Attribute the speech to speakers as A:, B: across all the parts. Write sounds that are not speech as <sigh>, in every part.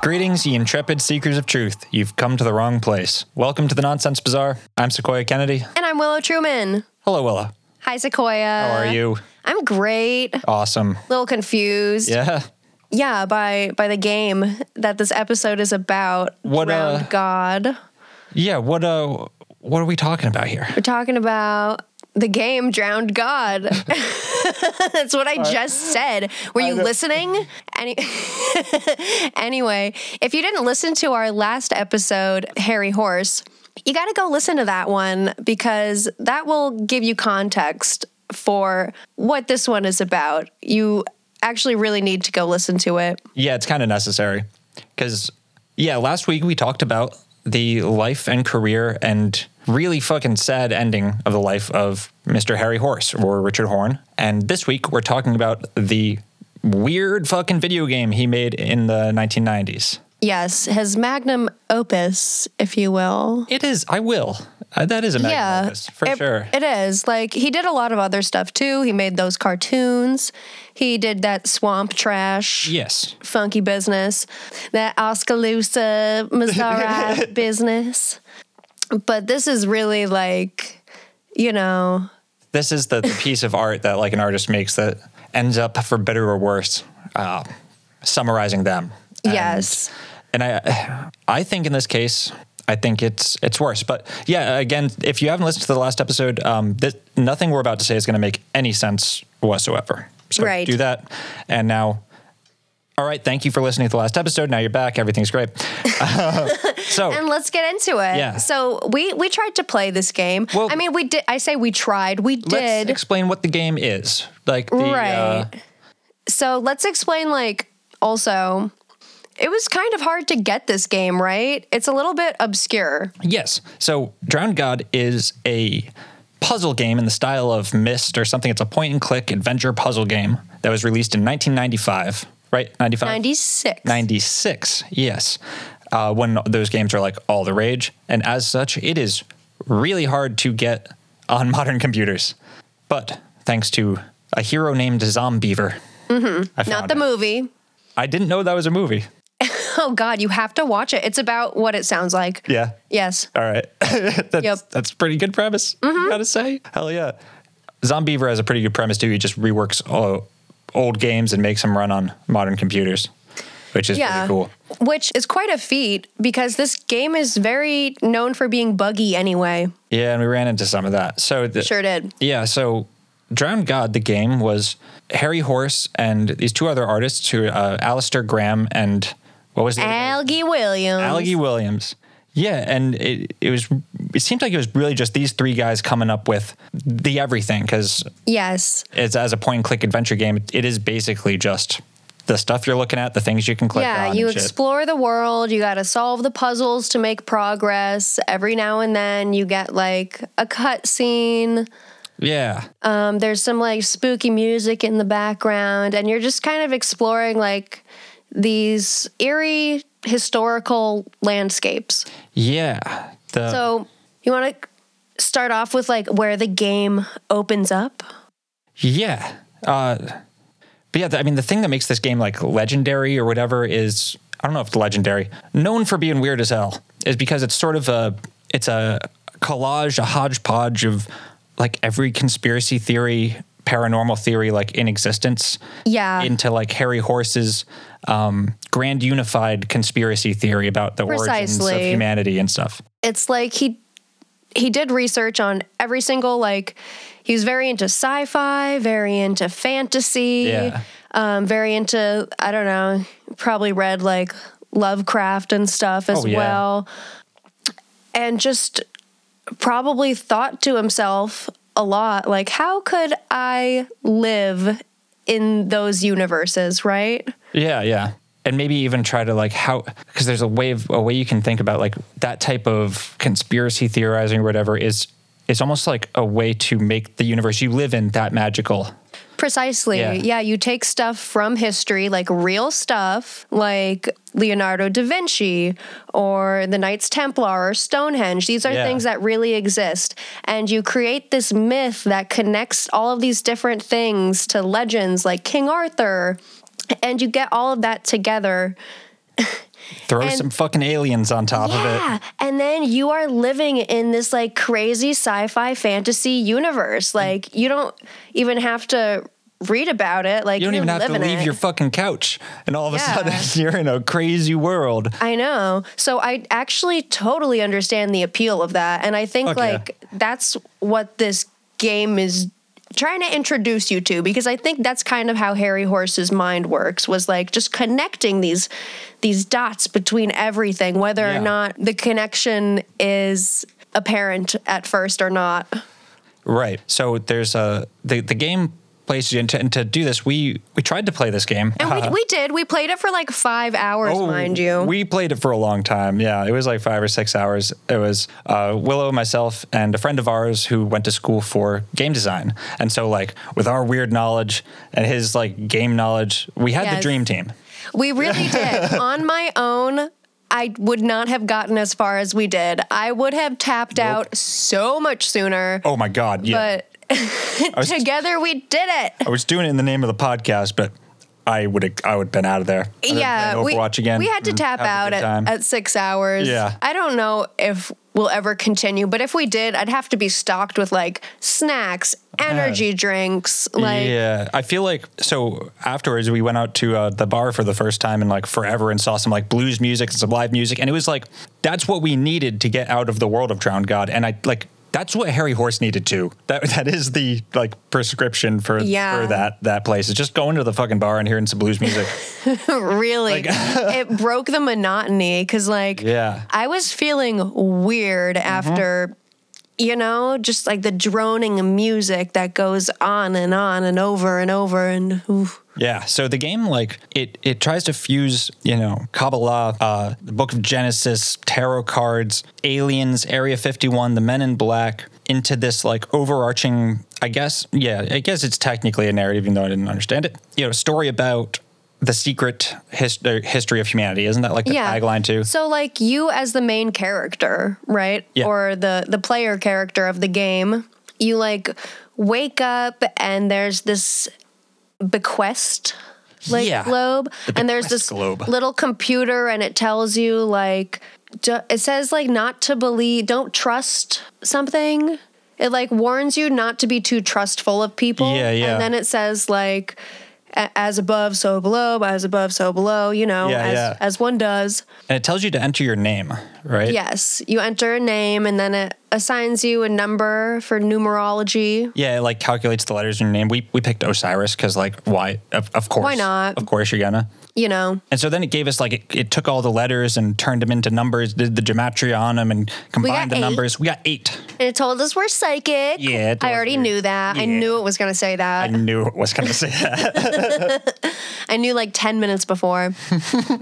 A: Greetings, ye intrepid seekers of truth. You've come to the wrong place. Welcome to the Nonsense Bazaar. I'm Sequoia Kennedy.
B: And I'm Willow Truman.
A: Hello, Willa.
B: Hi, Sequoia.
A: How are you?
B: I'm great. A
A: Awesome.
B: little confused.
A: Yeah.
B: Yeah, by by the game that this episode is about.
A: What,
B: Drowned
A: uh,
B: God.
A: Yeah. What uh? What are we talking about here?
B: We're talking about the game Drowned God. That's what I just said. Were you listening? Any- <laughs> anyway, if you didn't listen to our last episode, Harry Horse, you got to go listen to that one because that will give you context for what this one is about. You actually really need to go listen to it.
A: Yeah, it's kind of necessary because yeah, last week we talked about the life and career and really fucking sad ending of the life of Mr. Harry Horse or Richard Horn, and this week we're talking about the weird fucking video game he made in the 1990s.
B: Yes, his magnum opus, if you will.
A: It is. I will. Uh, that is a magnum opus, for
B: it-
A: sure.
B: It is. Like he did a lot of other stuff too. He made those cartoons. He did that swamp trash
A: yes.
B: funky business, that Oskaloosa, Missouri
A: <laughs>
B: business. But this is really like, you know,
A: This is the, the piece of art that like an artist makes that ends up for better or worse, uh, summarizing them. And-
B: yes.
A: And I, I think in this case, I think it's it's worse. But yeah, again, if you haven't listened to the last episode, um, this, nothing we're about to say is going to make any sense whatsoever. So
B: Right.
A: do that. And now, all right. Thank you for listening to the last episode. Now you're back. Everything's great. <laughs> Uh, so
B: <laughs> And let's get into it.
A: Yeah.
B: So we we tried to play this game.
A: Well-
B: I mean, we did. I say we tried. We
A: let's
B: did.
A: explain what the game is. Like the uh,
B: Right. So let's explain, like, also, it was kind of hard to get this game, right? It's a little bit obscure.
A: Yes. So Drowned God is a puzzle game in the style of Myst or something. It's a point and click adventure puzzle game that was released in 1995, right? 95?
B: 96.
A: 96, yes. Uh, when those games are like all the rage. And as such, it is really hard to get on <laughs> modern computers. But thanks to a hero named Zombeaver. Mm-hmm.
B: Not the movie.
A: I didn't know that was a movie.
B: Oh, God, you have to watch it. It's about what it sounds like.
A: Yeah.
B: Yes.
A: All right. <laughs> that's,
B: Yep. Mm-hmm.
A: that's a pretty good premise, gotta say. Hell yeah. Zombiever has a pretty good premise too. He just reworks all old games and makes them run on modern computers, which is
B: Yeah.
A: pretty cool.
B: Which is quite a feat because this game is very known for being buggy anyway.
A: Yeah, and we ran into some of that. So the,
B: Sure did.
A: Yeah, so Drowned God, the game was Harry Horse and these two other artists who uh, Alistair Graham and what was the other guy's
B: Algie Williams.
A: Algie Williams. Yeah, and it, it was it seemed like it was really just these three guys coming up with the everything because
B: Yes.
A: it's as a point and click adventure game. It is basically just the stuff you're looking at, the things you can click on.
B: Yeah, you
A: and shit.
B: explore the world, you got to solve the puzzles to make progress. Every now and then you get like a cutscene.
A: Yeah,
B: Um, there's some like spooky music in the background, and you're just kind of exploring like these eerie historical landscapes.
A: yeah. The,
B: So, you want to start off with like where the game opens up?
A: yeah. Uh, but yeah, th- I mean, the thing that makes this game like legendary or whatever is I don't know if it's legendary, known for being weird as hell, is because it's sort of a it's a collage, a hodgepodge of like every conspiracy theory, paranormal theory like in existence.
B: Yeah.
A: into like Harry Horse's um, grand unified conspiracy theory about the origins of
B: Precisely.
A: humanity and stuff.
B: it's like he he did research on every single like he was very into sci-fi very into fantasy
A: Yeah.
B: um, very into i don't know probably read like lovecraft and stuff as
A: Oh, yeah.
B: well and just probably thought to himself a lot like how could i live in those universes right
A: Yeah, yeah. and maybe even try to like how because there's a way of, a way you can think about like that type of conspiracy theorizing or whatever is is almost like a way to make the universe you live in that magical.
B: Precisely.
A: Yeah.
B: Yeah. you take stuff from history, like real stuff, like Leonardo da Vinci or the Knights Templar or Stonehenge. These are
A: Yeah.
B: things that really exist. And you create this myth that connects all of these different things to legends like King Arthur. And you get all of that together.
A: Throw
B: And-
A: some fucking aliens on top of
B: Yeah.
A: it.
B: And then you are living in this like crazy sci fi fantasy universe. Like, you don't even have to read about it. Like,
A: You don't
B: you're
A: even have to
B: living
A: leave
B: it.
A: your fucking couch, and all of a
B: Yeah.
A: sudden <laughs> you're in a crazy world.
B: I know. So I actually totally understand the appeal of that. And I think
A: Fuck yeah.
B: like that's what this game is trying to introduce you to because I think that's kind of how Harry Horse's mind works was like just connecting these these dots between everything whether
A: Yeah.
B: or not the connection is apparent at first or not.
A: Right. So there's a the the game places you into and to do this. We we tried to play this game. Oh,
B: And
A: <laughs>
B: we, we did. We played it for like 5 hours, mind you.
A: We played it for a long time. Yeah, it was like five or six hours. It was uh, Willow, myself, and a friend of ours who went to school for game design. And so, like, with our weird knowledge and his like game knowledge, we had the
B: Yes.
A: dream team.
B: We really
A: <laughs>
B: did. On my own, I would not have gotten as far as we did. I would have tapped out so much sooner,
A: Oh my god! Yeah, I
B: <laughs> but
A: was,
B: together we did it.
A: I was doing it in the name of the podcast, but I would I would have been out of there. I'd been
B: yeah,
A: playing
B: we,
A: Overwatch again.
B: we had to
A: Mm,
B: tap
A: having a
B: out
A: good time.
B: at, at six hours.
A: Yeah.
B: I don't know if we'll ever continue, but if we did, I'd have to be stocked with like snacks, energy drinks, like
A: yeah, I feel like so. Afterwards, we went out to uh, the bar for the first time in like forever and saw some like blues music and some live music, and it was like that's what we needed to get out of the world of Drowned God, and I like that's what Harry Horse needed too. That <laughs> that is the like prescription for
B: Yeah.
A: for that that place. It's just going to the fucking bar and hearing some blues
B: <laughs>
A: music.
B: <laughs> really
A: <laughs>
B: it broke the monotony because like
A: Yeah.
B: i was feeling weird after you know just like the droning music that goes on and on and over and over and oof.
A: Yeah. So the game, like, it it tries to fuse, you know, Kabbalah, uh, the Book of Genesis, tarot cards, aliens, Area 51, the Men in Black, into this like overarching. I guess, yeah, I guess it's technically a narrative, even though I didn't understand it. You know, story about the secret his- uh, history of humanity. Isn't that like the
B: yeah
A: tagline too?
B: so like you as the main character right
A: Yeah.
B: or the the player character of the game you like wake up and there's this bequest like
A: Yeah.
B: globe and there's
A: bequest
B: this
A: globe.
B: little computer and it tells you like ju- it says like not to believe don't trust something it like warns you not to be too trustful of people
A: Yeah, yeah.
B: and then it says like a- as above so below as above so below you know
A: Yeah,
B: as,
A: yeah.
B: as one does
A: and it tells you to enter your name, right?
B: yes you enter a name and then it assigns you a number for numerology
A: Yeah, it like calculates the letters in your name. We we picked Osiris because like why? Of, of course.
B: Why not?
A: Of course you're gonna.
B: you know
A: And so then it gave us like it, it took all the letters and turned them into numbers, did the gematria on them, and combined the
B: eight.
A: numbers. We got eight.
B: and it told us we're psychic
A: Yeah, it
B: i
A: was
B: already
A: weird.
B: knew that i
A: Yeah.
B: knew it was going to say that
A: I knew it was going to say
B: <laughs>
A: that.
B: I knew like 10 minutes
A: <laughs>
B: before.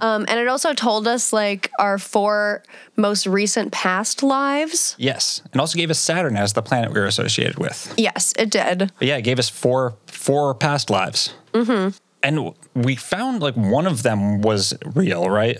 B: um, and it also told us like our four most recent past lives.
A: yes, and also gave us Saturn as the planet we were associated with.
B: Yes, it did.
A: But yeah, it gave us four four past lives. Mm-hmm. And we found like one of them was real, right?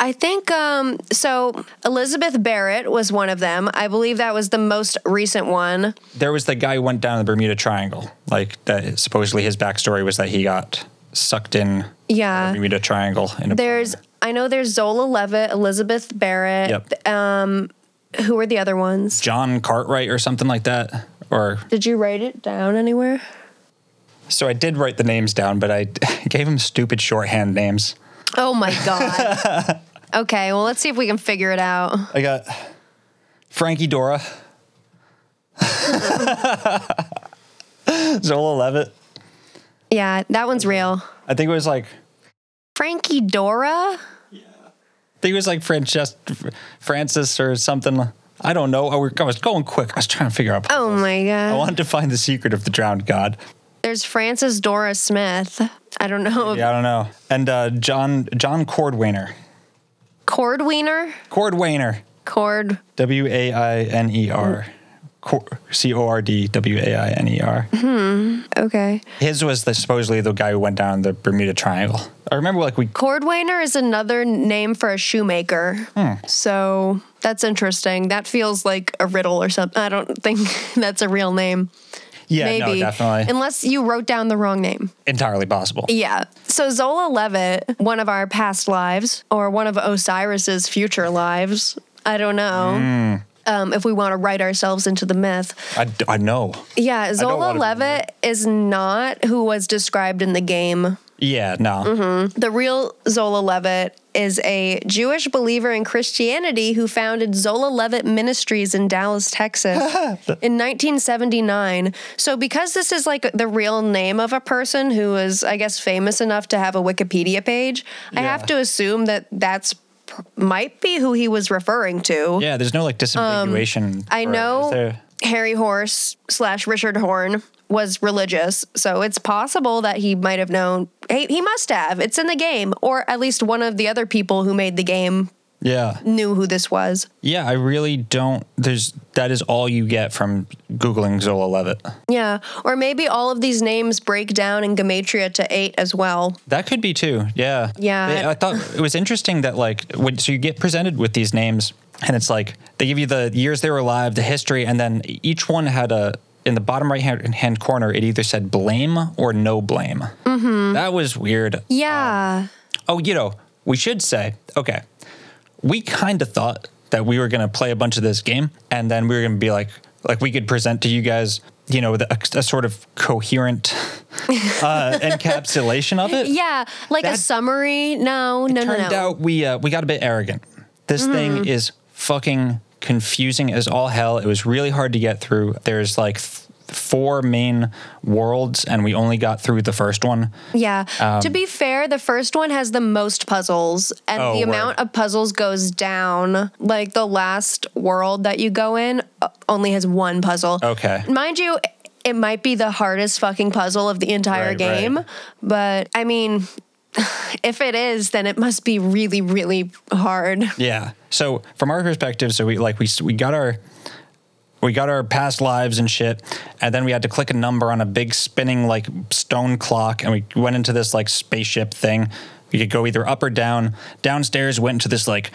B: I think um, so. Elizabeth Barrett was one of them. I believe that was the most recent one.
A: There was the guy who went down the Bermuda Triangle. Like that, supposedly his backstory was that he got sucked in.
B: Yeah.
A: the Bermuda Triangle. In a
B: There's, I know there's Zola Levitt, Elizabeth Barrett.
A: Yep.
B: Who were the other ones?
A: John Cartwright or something like that, or
B: Did you write it down anywhere?
A: So I did write the names down, but I <laughs> gave them stupid shorthand names.
B: Oh my God.
A: <laughs>
B: okay, well, let's see if we can figure it out.
A: I got Frankie Dora, <laughs> Zola Levitt.
B: Yeah, that one's real.
A: I think it was like
B: Frankie Dora?
A: I think it was like Frances, Francis or something. I don't know. I were- I was going quick. I was trying to figure out.
B: Oh my
A: I
B: god.
A: wanted to find the secret of the drowned god.
B: There's Frances Dora Smith. I don't know.
A: Yeah, I don't know. And uh, John John Cordwainer.
B: Cord wiener?
A: Cordwainer.
B: Cord.
A: W A I N E R. Cor- C O R D W A I N E R.
B: Okay.
A: His was the, supposedly the guy who went down the Bermuda Triangle. I remember like we
B: Cordwainer is another name for a shoemaker.
A: Hmm.
B: So that's interesting. That feels like a riddle or something. I don't think <laughs> that's a real name.
A: yeah
B: Maybe.
A: no definitely
B: Unless you wrote down the wrong name.
A: entirely possible.
B: Yeah. So Zola Levitt, one of our past lives, or one of Osiris's future lives. I don't know.
A: Hmm.
B: Um, if we want to write ourselves into the myth.
A: I, d- I know.
B: Yeah, Zola
A: wanna be
B: Levitt is not who was described in the game.
A: Yeah no.
B: The real Zola Levitt is a Jewish believer in Christianity who founded Zola Levitt Ministries in Dallas, Texas in 1979. So, because this is like the real name of a person who is, I guess, famous enough to have a Wikipedia page, I
A: Yeah.
B: have to assume that that's pr- might be who he was referring to.
A: Yeah, there's no like disambiguation.
B: Um, I
A: for it,
B: know
A: is there?
B: Harry Horse slash Richard Horn was religious, so it's possible that he might have known. He, he must have. It's in the game, or at least one of the other people who made the game
A: Yeah.
B: knew who this was.
A: Yeah, I really don't. There's that is all you get from googling Zola Levitt.
B: Yeah, or maybe all of these names break down in gematria to eight as well.
A: That could be too. Yeah.
B: Yeah.
A: They- I thought it was interesting that like when so you get presented with these names and it's like they give you the years they were alive, the history, and then each one had a in the bottom right hand, hand corner it either said blame or no blame. Mm-hmm. That was weird.
B: Yeah,
A: Oh, you know, we should say, okay, we kind of thought that we were going to play a bunch of this game and then we were going to be like, like we could present to you guys, you know, the, a, a sort of coherent <laughs> uh, encapsulation of it.
B: yeah, like a
A: That-
B: summary. No, no, no, Mm-hmm.
A: Turned
B: no.
A: out we uh, we got a bit arrogant. This thing is fucking confusing as all hell. It was really hard to get through. There's like th- four main worlds, and we only got through the first one.
B: Yeah. to be fair, the first one has the most puzzles, and
A: Um, Oh,
B: the
A: word.
B: amount of puzzles goes down. Like the last world that you go in uh, only has one puzzle.
A: Okay.
B: Mind you, it might be the hardest fucking puzzle of the entire
A: Right, right.
B: game, but I mean, <sighs> if it is, then it must be really, really hard.
A: Yeah. So from our perspective, so we like we we got our we got our past lives and shit, and then we had to click a number on a big spinning like stone clock, and we went into this like spaceship thing. We could go either up or down. Downstairs went into this like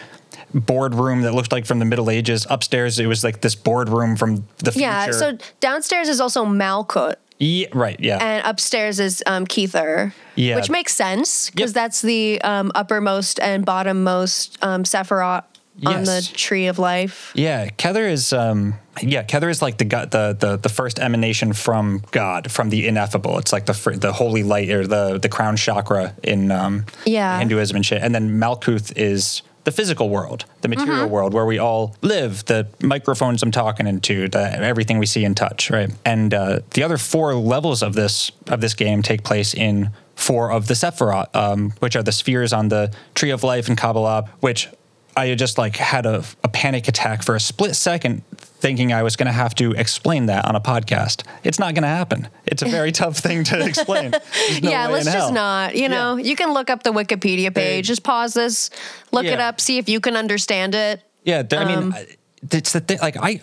A: boardroom that looked like from the Middle Ages. Upstairs it was like this boardroom from the future.
B: Yeah. So downstairs is also Malkut.
A: yeah, right. Yeah.
B: and upstairs is um, Keither.
A: Yeah.
B: Which makes sense because
A: Yep.
B: that's the um, uppermost and bottommost um, Sephiroth on the
A: Yes.
B: Tree of Life.
A: Yeah, Kether is um yeah, Kether is like the god, the the the first emanation from God, from the ineffable. It's like the fir- the holy light or the the crown chakra in um
B: Yeah.
A: Hinduism and shit. And then Malkuth is the physical world, the
B: Mm-hmm.
A: material world where we all live, the microphones I'm talking into, the, everything we see and touch, right? And uh, the other four levels of this of this game take place in four of the Sephiroth, um, which are the spheres on the Tree of Life and Kabbalah, which I just like had a, a panic attack for a split second thinking I was going to have to explain that on a podcast. It's not going to happen. It's a
B: <laughs>
A: very tough thing to explain. There's no
B: yeah,
A: way in
B: let's just
A: hell.
B: not. You know, you can look up the Wikipedia page. Just pause this, look it
A: Yeah.
B: up, see if you can understand it.
A: Yeah, th- I mean,
B: Um,
A: I- it's the thing. Like I,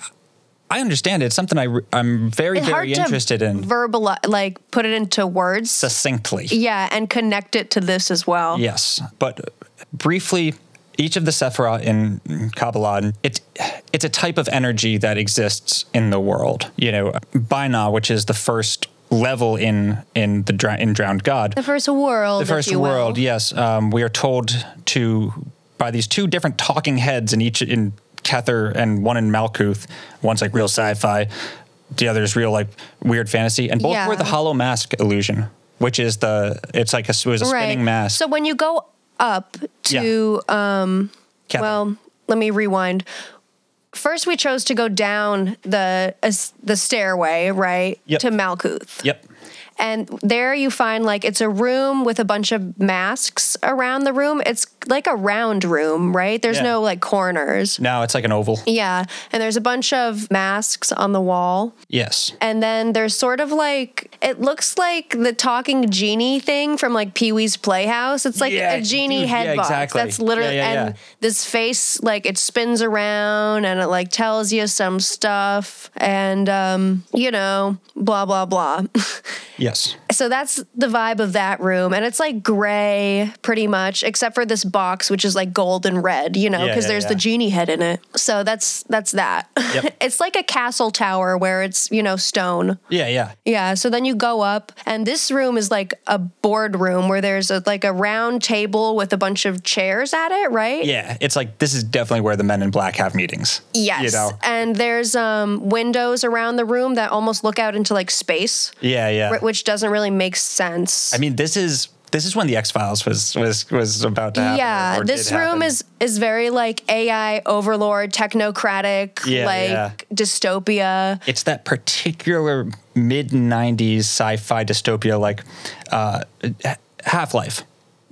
A: I understand it. it's something I re- I'm very
B: It's
A: very
B: hard
A: interested
B: to
A: in
B: verbalize, like put it into words.
A: succinctly.
B: yeah, and connect it to this as well.
A: Yes, but briefly, each of the Sephiroth in Kabbalah, it, it's a type of energy that exists in the world. You know, Bina, which is the first level in in the dr- in drowned god,
B: The first world.
A: the first
B: if you will.
A: world yes um, we are told to by these two different talking heads in each in kether and one in malkuth one's like real sci-fi the other is real like weird fantasy and both
B: Yeah.
A: were the hollow mask illusion which is the it's like a, it was a spinning mask
B: So when you go up to um
A: Kether.
B: well, let me rewind. First we chose to go down the as the stairway, right?
A: Yep.
B: To Malkuth.
A: yep
B: And there you find like it's a room with a bunch of masks around the room. It's like a round room, right? There's
A: Yeah. Mm.
B: no like corners.
A: Now it's like an oval.
B: Yeah. And there's a bunch of masks on the wall.
A: Yes.
B: And then there's sort of like it looks like the talking genie thing from like Pee Wee's Playhouse. It's like
A: Yeah,
B: a genie
A: dude,
B: head
A: yeah,
B: box.
A: exactly.
B: That's literally
A: Yeah, yeah,
B: and
A: yeah.
B: this face like it spins around and it like tells you some stuff and um you know blah blah blah. <laughs>
A: Yes.
B: so that's the vibe of that room and it's like gray pretty much except for this box which is like gold and red, you know,
A: Yeah,
B: cuz
A: yeah,
B: there's
A: yeah.
B: the genie head in it. So that's that's that.
A: Yep.
B: <laughs> it's like a castle tower where it's, you know, stone.
A: Yeah, yeah.
B: Yeah, so then you go up, and this room is like a boardroom where there's a, like a round table with a bunch of chairs at it, right?
A: Yeah. It's like this is definitely where the men in black have meetings.
B: Yes.
A: You know.
B: And there's um, windows around the room that almost look out into like space,
A: Yeah, yeah.
B: wh- which doesn't really make sense.
A: I mean, this is this is when the X Files was was was about to happen.
B: yeah,
A: or
B: this
A: did
B: room
A: happen.
B: is is very like AI overlord, technocratic,
A: Yeah,
B: like
A: yeah.
B: dystopia.
A: it's that particular mid '90s sci-fi dystopia, like uh, Half Life.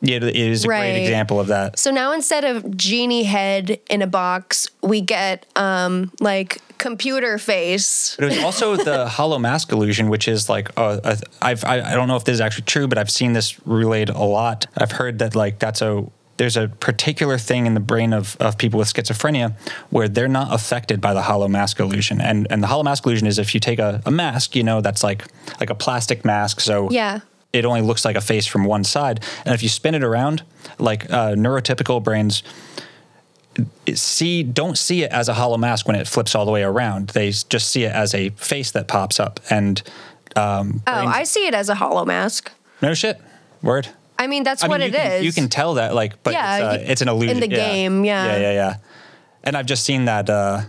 A: It is a
B: Right.
A: great example of that.
B: So now instead of genie head in a box, we get um, like computer face.
A: But it was also
B: <laughs>
A: the hollow mask illusion, which is like uh, a- I've I, I don't know if this is actually true, but I've seen this relayed a lot. I've heard that like that's a there's a particular thing in the brain of, of people with schizophrenia where they're not affected by the hollow mask illusion. And and the hollow mask illusion is if you take a, a mask, you know, that's like like a plastic mask, so
B: Yeah.
A: it only looks like a face from one side. And if you spin it around, like uh, neurotypical brains see don't see it as a hollow mask when it flips all the way around. They s- just see it as a face that pops up. And um,
B: Oh, I see it as a hollow mask.
A: no shit, word.
B: I mean, that's
A: I
B: what
A: mean,
B: it
A: you
B: is.
A: can, You can tell that, like, but
B: Yeah,
A: it's, uh,
B: you-
A: it's an illusion
B: in the game, yeah.
A: yeah, yeah, yeah. And I've just seen that uh,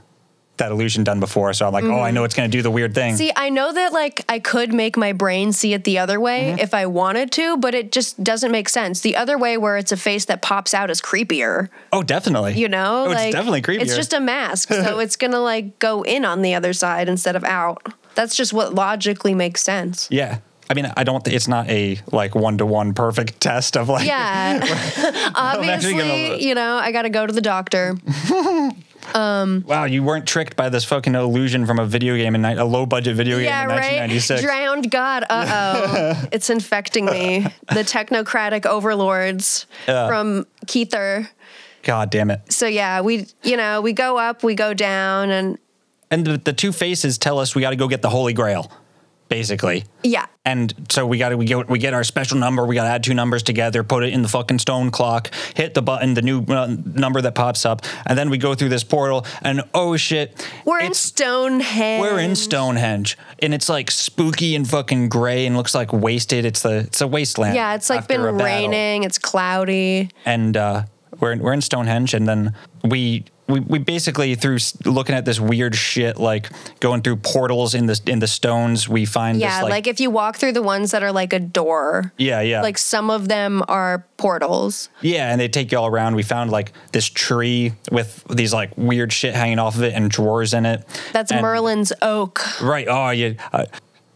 A: that illusion done before, so I'm like, oh, I know it's going to do the weird thing.
B: Mm-hmm. see. I know that like I could make my brain see it the other way
A: Mm-hmm.
B: if I wanted to, but it just doesn't make sense. The other way, where it's a face that pops out, is creepier.
A: oh, definitely.
B: You know,
A: oh,
B: like
A: it's definitely creepy.
B: It's just a
A: <laughs>
B: mask, so it's gonna like go in on the other side instead of out. That's just what logically makes sense.
A: Yeah. I mean, I don't. thi- It's not a like one to one perfect test of like. <laughs>
B: Yeah.
A: actually gonna-
B: Obviously, you know, I got to go to the doctor.
A: Wow, you weren't tricked by this fucking illusion from a video game in ni- a low budget video game
B: Yeah,
A: in
B: <laughs> right.
A: 1996.
B: Drowned God. Uh
A: <laughs>
B: oh. it's infecting me. The technocratic overlords from Keither.
A: God damn it!
B: So yeah, we you know we go up, we go down, and
A: And the, the two faces tell us we got to go get the Holy Grail, basically.
B: yeah,
A: And so we got to we get we get our special number. We got to add two numbers together, put it in the fucking stone clock, hit the button, the new uh, number that pops up, and then we go through this portal. And oh shit,
B: we're in
A: it's-
B: Stonehenge.
A: We're in Stonehenge, and it's like spooky and fucking gray, and looks like wasted. It's the it's a wasteland.
B: Yeah, it's like
A: after a
B: been
A: battle.
B: raining. It's cloudy.
A: and uh, we're in, we're in Stonehenge, and then we. We, we basically through s- looking at this weird shit like going through portals in the in the stones we find
B: Yeah,
A: this like,
B: like, if you walk through the ones that are like a door.
A: yeah yeah
B: Like some of them are portals.
A: yeah and they take you all around we found like this tree with these like weird shit hanging off of it and drawers in it
B: That's
A: And-
B: Merlin's oak.
A: right oh yeah uh,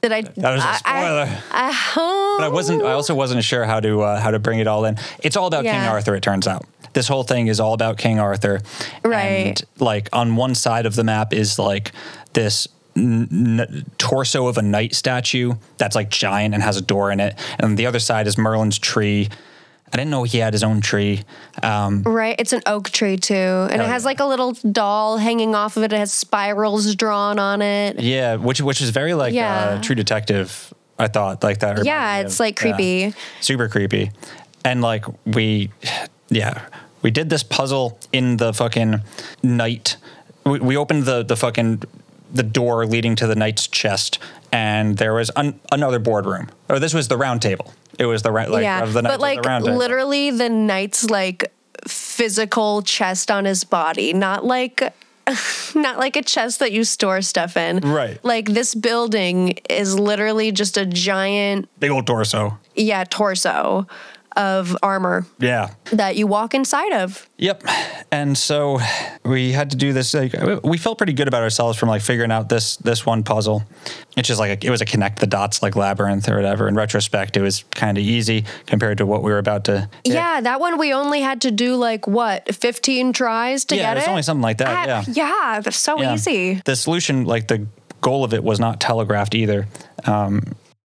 B: Did I?
A: that was a spoiler
B: I, I,
A: but I wasn't. I also wasn't sure how to uh, how to bring it all in. It's all about King
B: Yeah.
A: Arthur. It turns out this whole thing is all about King Arthur.
B: Right.
A: And like on one side of the map is like this. N- n- torso of a knight statue that's like giant and has a door in it, and the other side is Merlin's tree. I didn't know he had his own tree. Um,
B: Right, it's an oak tree too, and it has like a little doll hanging off of it. It has spirals drawn on it. Yeah,
A: yeah, which which is very like
B: Yeah.
A: uh, True Detective. I thought like that. reminded me
B: it's
A: of-
B: like
A: yeah.
B: creepy.
A: super creepy. And like we, yeah, we did this puzzle in the fucking night. We, we opened the the fucking the door leading to the knight's chest, and there was an, another boardroom. Or this was the round table. It was the right like
B: yeah,
A: of the knights
B: but
A: of
B: like
A: the round table.
B: literally the knight's like physical chest on his body, not like <laughs> not like a chest that you store stuff in.
A: Right.
B: like this building is literally just a giant
A: big old torso.
B: yeah torso. of armor
A: Yeah.
B: that you walk inside of.
A: Yep. And so we had to do this. Like, we felt pretty good about ourselves from like figuring out this this one puzzle. It's just like a, it was a connect the dots like labyrinth or whatever. In retrospect, it was kind of easy compared to what we were about to. hit.
B: Yeah, that one we only had to do like what, 15 tries to
A: Yeah,
B: get
A: it was only something like that,
B: Ah, yeah, that's so
A: Yeah.
B: easy.
A: The solution, like the goal of it, was not telegraphed either. Um,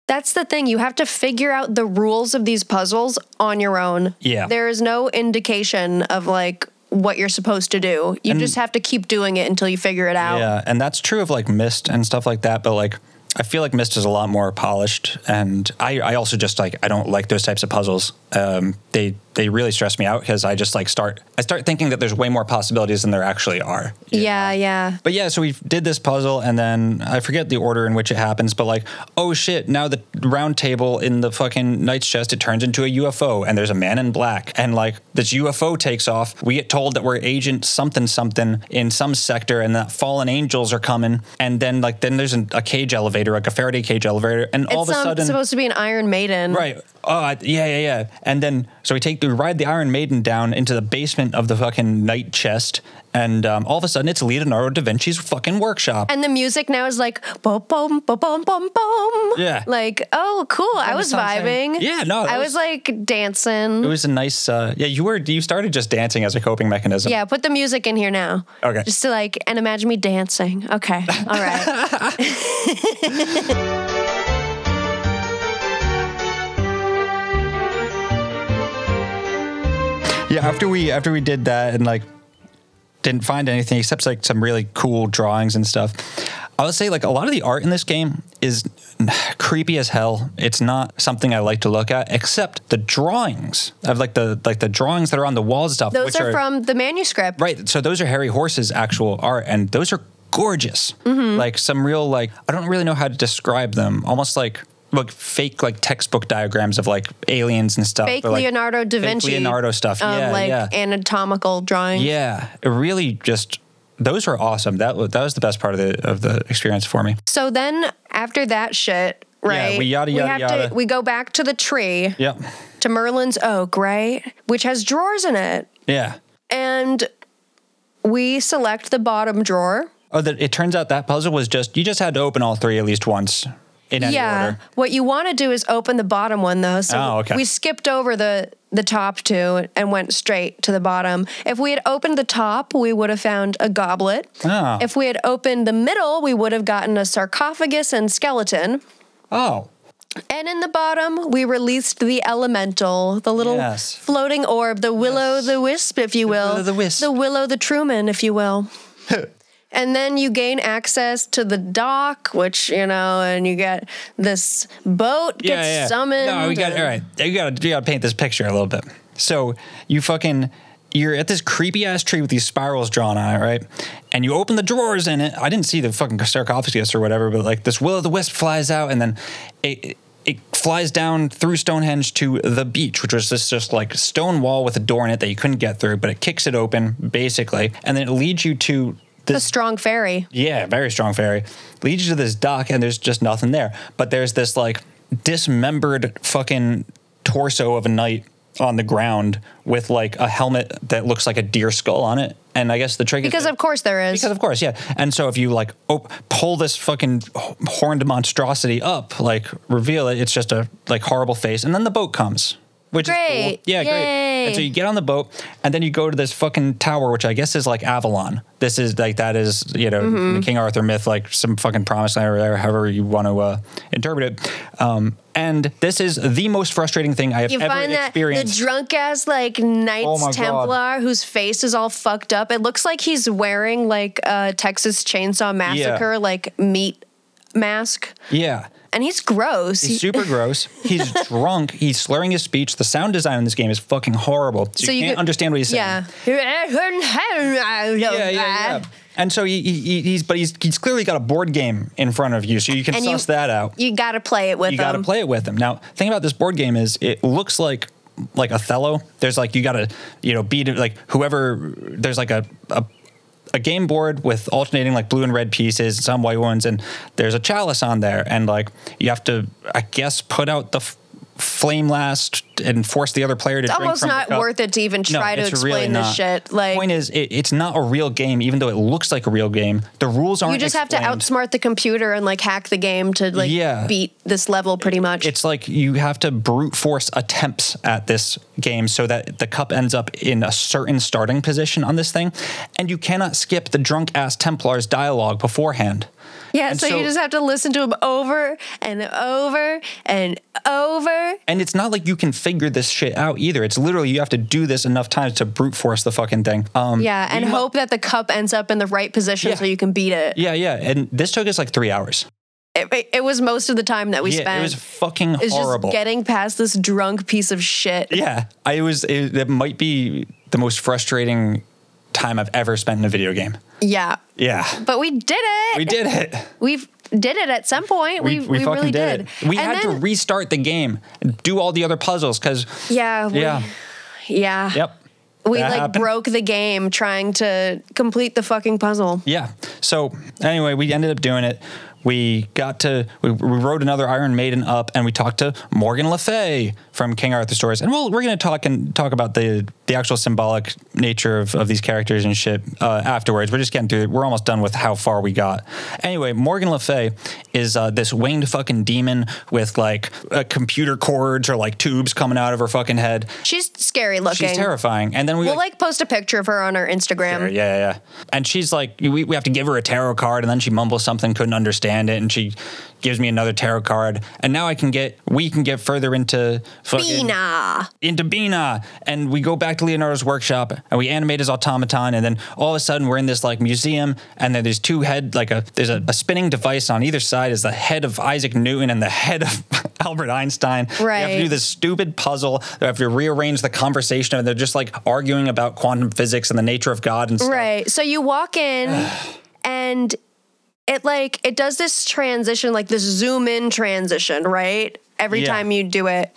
B: That's the thing. You have to figure out the rules of these puzzles on your own.
A: Yeah.
B: There is no indication of like what you're supposed to do. You just have to keep doing it until you figure it out.
A: Yeah, and that's true of like Mist and stuff like that. But like, I feel like Mist is a lot more polished, and I, I also just like I don't like those types of puzzles. Um, they they really stress me out because I just like start I start thinking that there's way more possibilities than there actually are.
B: Yeah, yeah.
A: But yeah, so we did this puzzle, and then I forget the order in which it happens, but like, oh shit, now the round table in the fucking knight's chest, it turns into a UFO, and there's a man in black, and like, this UFO takes off. We get told that we're agent something something in some sector, and that fallen angels are coming, and then like, then there's an, a cage elevator, like a Faraday cage elevator, and all of
B: it's
A: a
B: um,
A: sudden.
B: supposed to be an Iron Maiden.
A: Right. Oh, I- yeah, yeah, yeah. And then, so we take, we ride the Iron Maiden down into the basement of the fucking night chest, and um, all of a sudden it's Leonardo da Vinci's fucking workshop.
B: And the music now is like boom, boom, boom, boom, boom, boom.
A: Yeah.
B: Like, oh, cool. I was
A: sounds like-
B: vibing.
A: Yeah, no, that
B: I was,
A: was-
B: like dancing.
A: It was a nice. Uh, yeah, you were. You started just dancing as a coping mechanism.
B: yeah, put the music in here now.
A: Okay.
B: Just to like, and imagine me dancing. Okay. All
A: <laughs>
B: right.
A: Yeah. After we after we did that and like didn't find anything except like some really cool drawings and stuff. I would say like a lot of the art in this game is <sighs> creepy as hell. It's not something I like to look at, except the drawings of like the like the drawings that are on the walls and stuff.
B: Those
A: which
B: are, from the manuscript.
A: Right. So those are Harry Horse's actual art, and those are gorgeous.
B: Mm-hmm.
A: Like some real like I don't really know how to describe them. Almost like like fake like textbook diagrams of like aliens and stuff.
B: Fake
A: but, like,
B: Leonardo da
A: fake
B: Vinci.
A: Leonardo stuff.
B: Um,
A: yeah,
B: like
A: yeah,
B: anatomical drawings.
A: yeah. It really just those were awesome. That wa- that was the best part of the of the experience for me.
B: So then after that shit, right?
A: we yada, yada,
B: have
A: yada.
B: To, we go back to the tree,
A: Yep.
B: to Merlin's oak, right? Which has drawers in it.
A: Yeah.
B: and we select the bottom drawer.
A: Oh, that it turns out that puzzle was just you just had to open all three at least once in any
B: yeah.
A: order.
B: What you want to do is open the bottom one though. So
A: Oh, okay.
B: we skipped over the the top two and went straight to the bottom. If we had opened the top, we would have found a goblet.
A: Oh.
B: If we had opened the middle, we would have gotten a sarcophagus and skeleton.
A: Oh.
B: And in the bottom, we released the elemental, the little
A: Yes.
B: floating orb, the willow the wisp, if you will.
A: willow the wisp.
B: The willow the Truman, if
A: <laughs>
B: you will. and then you gain access to the dock, which, you know, and you get this boat
A: yeah,
B: gets
A: yeah.
B: summoned.
A: No, we got all right. You got to you got to paint this picture a little bit. So you fucking you're at this creepy ass tree with these spirals drawn on it, right? And you open the drawers in it. I didn't see the fucking sarcophagus or whatever, but like this will o' the wisp flies out, and then it. It flies down through Stonehenge to the beach, which was this just like stone wall with a door in it that you couldn't get through, but it kicks it open basically, and then it leads you to
B: A
A: this
B: strong fairy.
A: yeah, very strong fairy. Leads you to this dock, and there's just nothing there. But there's this like dismembered fucking torso of a knight on the ground with like a helmet that looks like a deer skull on it. And I guess the trick
B: Because
A: is
B: of course there is.
A: because of course, yeah. And so if you like op- pull this fucking h- horned monstrosity up, like reveal it, it's just a like horrible face, and then the boat comes, which is cool.
B: Great.
A: Yeah, great.
B: Yay.
A: And so you get on the boat, and then you go to this fucking tower, which I guess is like Avalon. This is like that is you know
B: Mm-hmm.
A: the King Arthur myth, like some fucking promised land or whatever, however you want to uh, interpret it. Um, and this is the most frustrating thing I have
B: you
A: ever
B: find that the
A: experienced.
B: drunk ass like Knights
A: Oh my God.
B: Templar whose face is all fucked up. It looks like he's wearing like a Texas Chainsaw Massacre like meat mask,
A: yeah.
B: and he's gross.
A: He's super gross.
B: <laughs>
A: He's drunk. He's slurring his speech. The sound design in this game is fucking horrible. So, you, can't
B: could-
A: understand what he's saying.
B: Yeah. Oh, yeah,
A: yeah, yeah, yeah. And so he, he, he- he's, but he's he's clearly got a board game in front of you, so you can
B: And you-
A: suss that out.
B: You gotta play it with
A: You got to
B: them.
A: play it with him. Now, thing about this board game is it looks like like Othello. There's like you got to you know beat it like whoever. There's like a, a a game board with alternating like blue and red pieces, some white ones, and there's a chalice on there, and like you have to I guess put out the f- flame last and force the other player to
B: It's
A: drink
B: almost
A: from the
B: not
A: cup.
B: worth it to even
A: No,
B: try to
A: it's
B: explain
A: really
B: this
A: not.
B: shit. Like,
A: point is, it, it's not a real game, even though it looks like a real game. The rules aren't.
B: you just have
A: explained.
B: to outsmart the computer and like hack the game to like
A: Yeah.
B: beat this level pretty much.
A: It's like you have to brute force attempts at this game so that the cup ends up in a certain starting position on this thing, and you cannot skip the drunk ass Templar's dialogue beforehand.
B: yeah,
A: and
B: so,
A: so-
B: you just have to listen to him over and over and over.
A: And it's not like you can figure this shit out either. It's literally you have to do this enough times to brute force the fucking thing. Um,
B: Yeah, and
A: we mu-
B: hope that the cup ends up in the right position
A: Yeah.
B: so you can beat it.
A: Yeah, yeah. And this took us like three hours.
B: It, it- it was most of the time that we
A: yeah,
B: spent.
A: it was fucking
B: is
A: horrible.
B: just getting past this drunk piece of shit.
A: yeah, I was. It, that might be the most frustrating time I've ever spent in a video game.
B: Yeah.
A: Yeah,
B: But we did it.
A: we did it.
B: We did it at some point. We, we, really did.
A: it. We
B: And
A: had to
B: then-
A: restart the game, do all the other puzzles because.
B: Yeah. We,
A: Yeah.
B: yeah. Yeah.
A: Yep.
B: We
A: That
B: like
A: happened.
B: broke the game trying to complete the fucking puzzle.
A: Yeah. So anyway, we ended up doing it. We got to we, we rode another Iron Maiden up, and we talked to Morgan Le Fay from King Arthur stories, and we'll, we're going to talk and talk about the the actual symbolic nature of, of these characters and shit uh, afterwards. We're just getting through. it. We're almost done with how far we got. Anyway, Morgan Le Fay is uh, this winged fucking demon with like uh, computer cords or like tubes coming out of her fucking head.
B: She's scary looking.
A: She's terrifying. And then we
B: We'll like post a picture of her on our Instagram.
A: Sure, yeah, yeah. Um, And she's like, we, we have to give her a tarot card, and then she mumbles something, couldn't understand it, and she gives me another tarot card, and now I can get, we can get further into fucking
B: Bina.
A: into Bina, and we go back to Leonardo's workshop, and we animate his automaton, and then all of a sudden we're in this like museum, and then there's two head, like a there's a, a spinning device on either side is the head of Isaac Newton and the head of <laughs> Albert Einstein. They have to
B: Right.
A: do this stupid puzzle. They have to rearrange the conversation, and they're just like arguing about quantum physics and the nature of God and stuff.
B: Right. So you walk in and it like it does this transition, like this zoom in transition, right? Every
A: Yeah.
B: time you do it.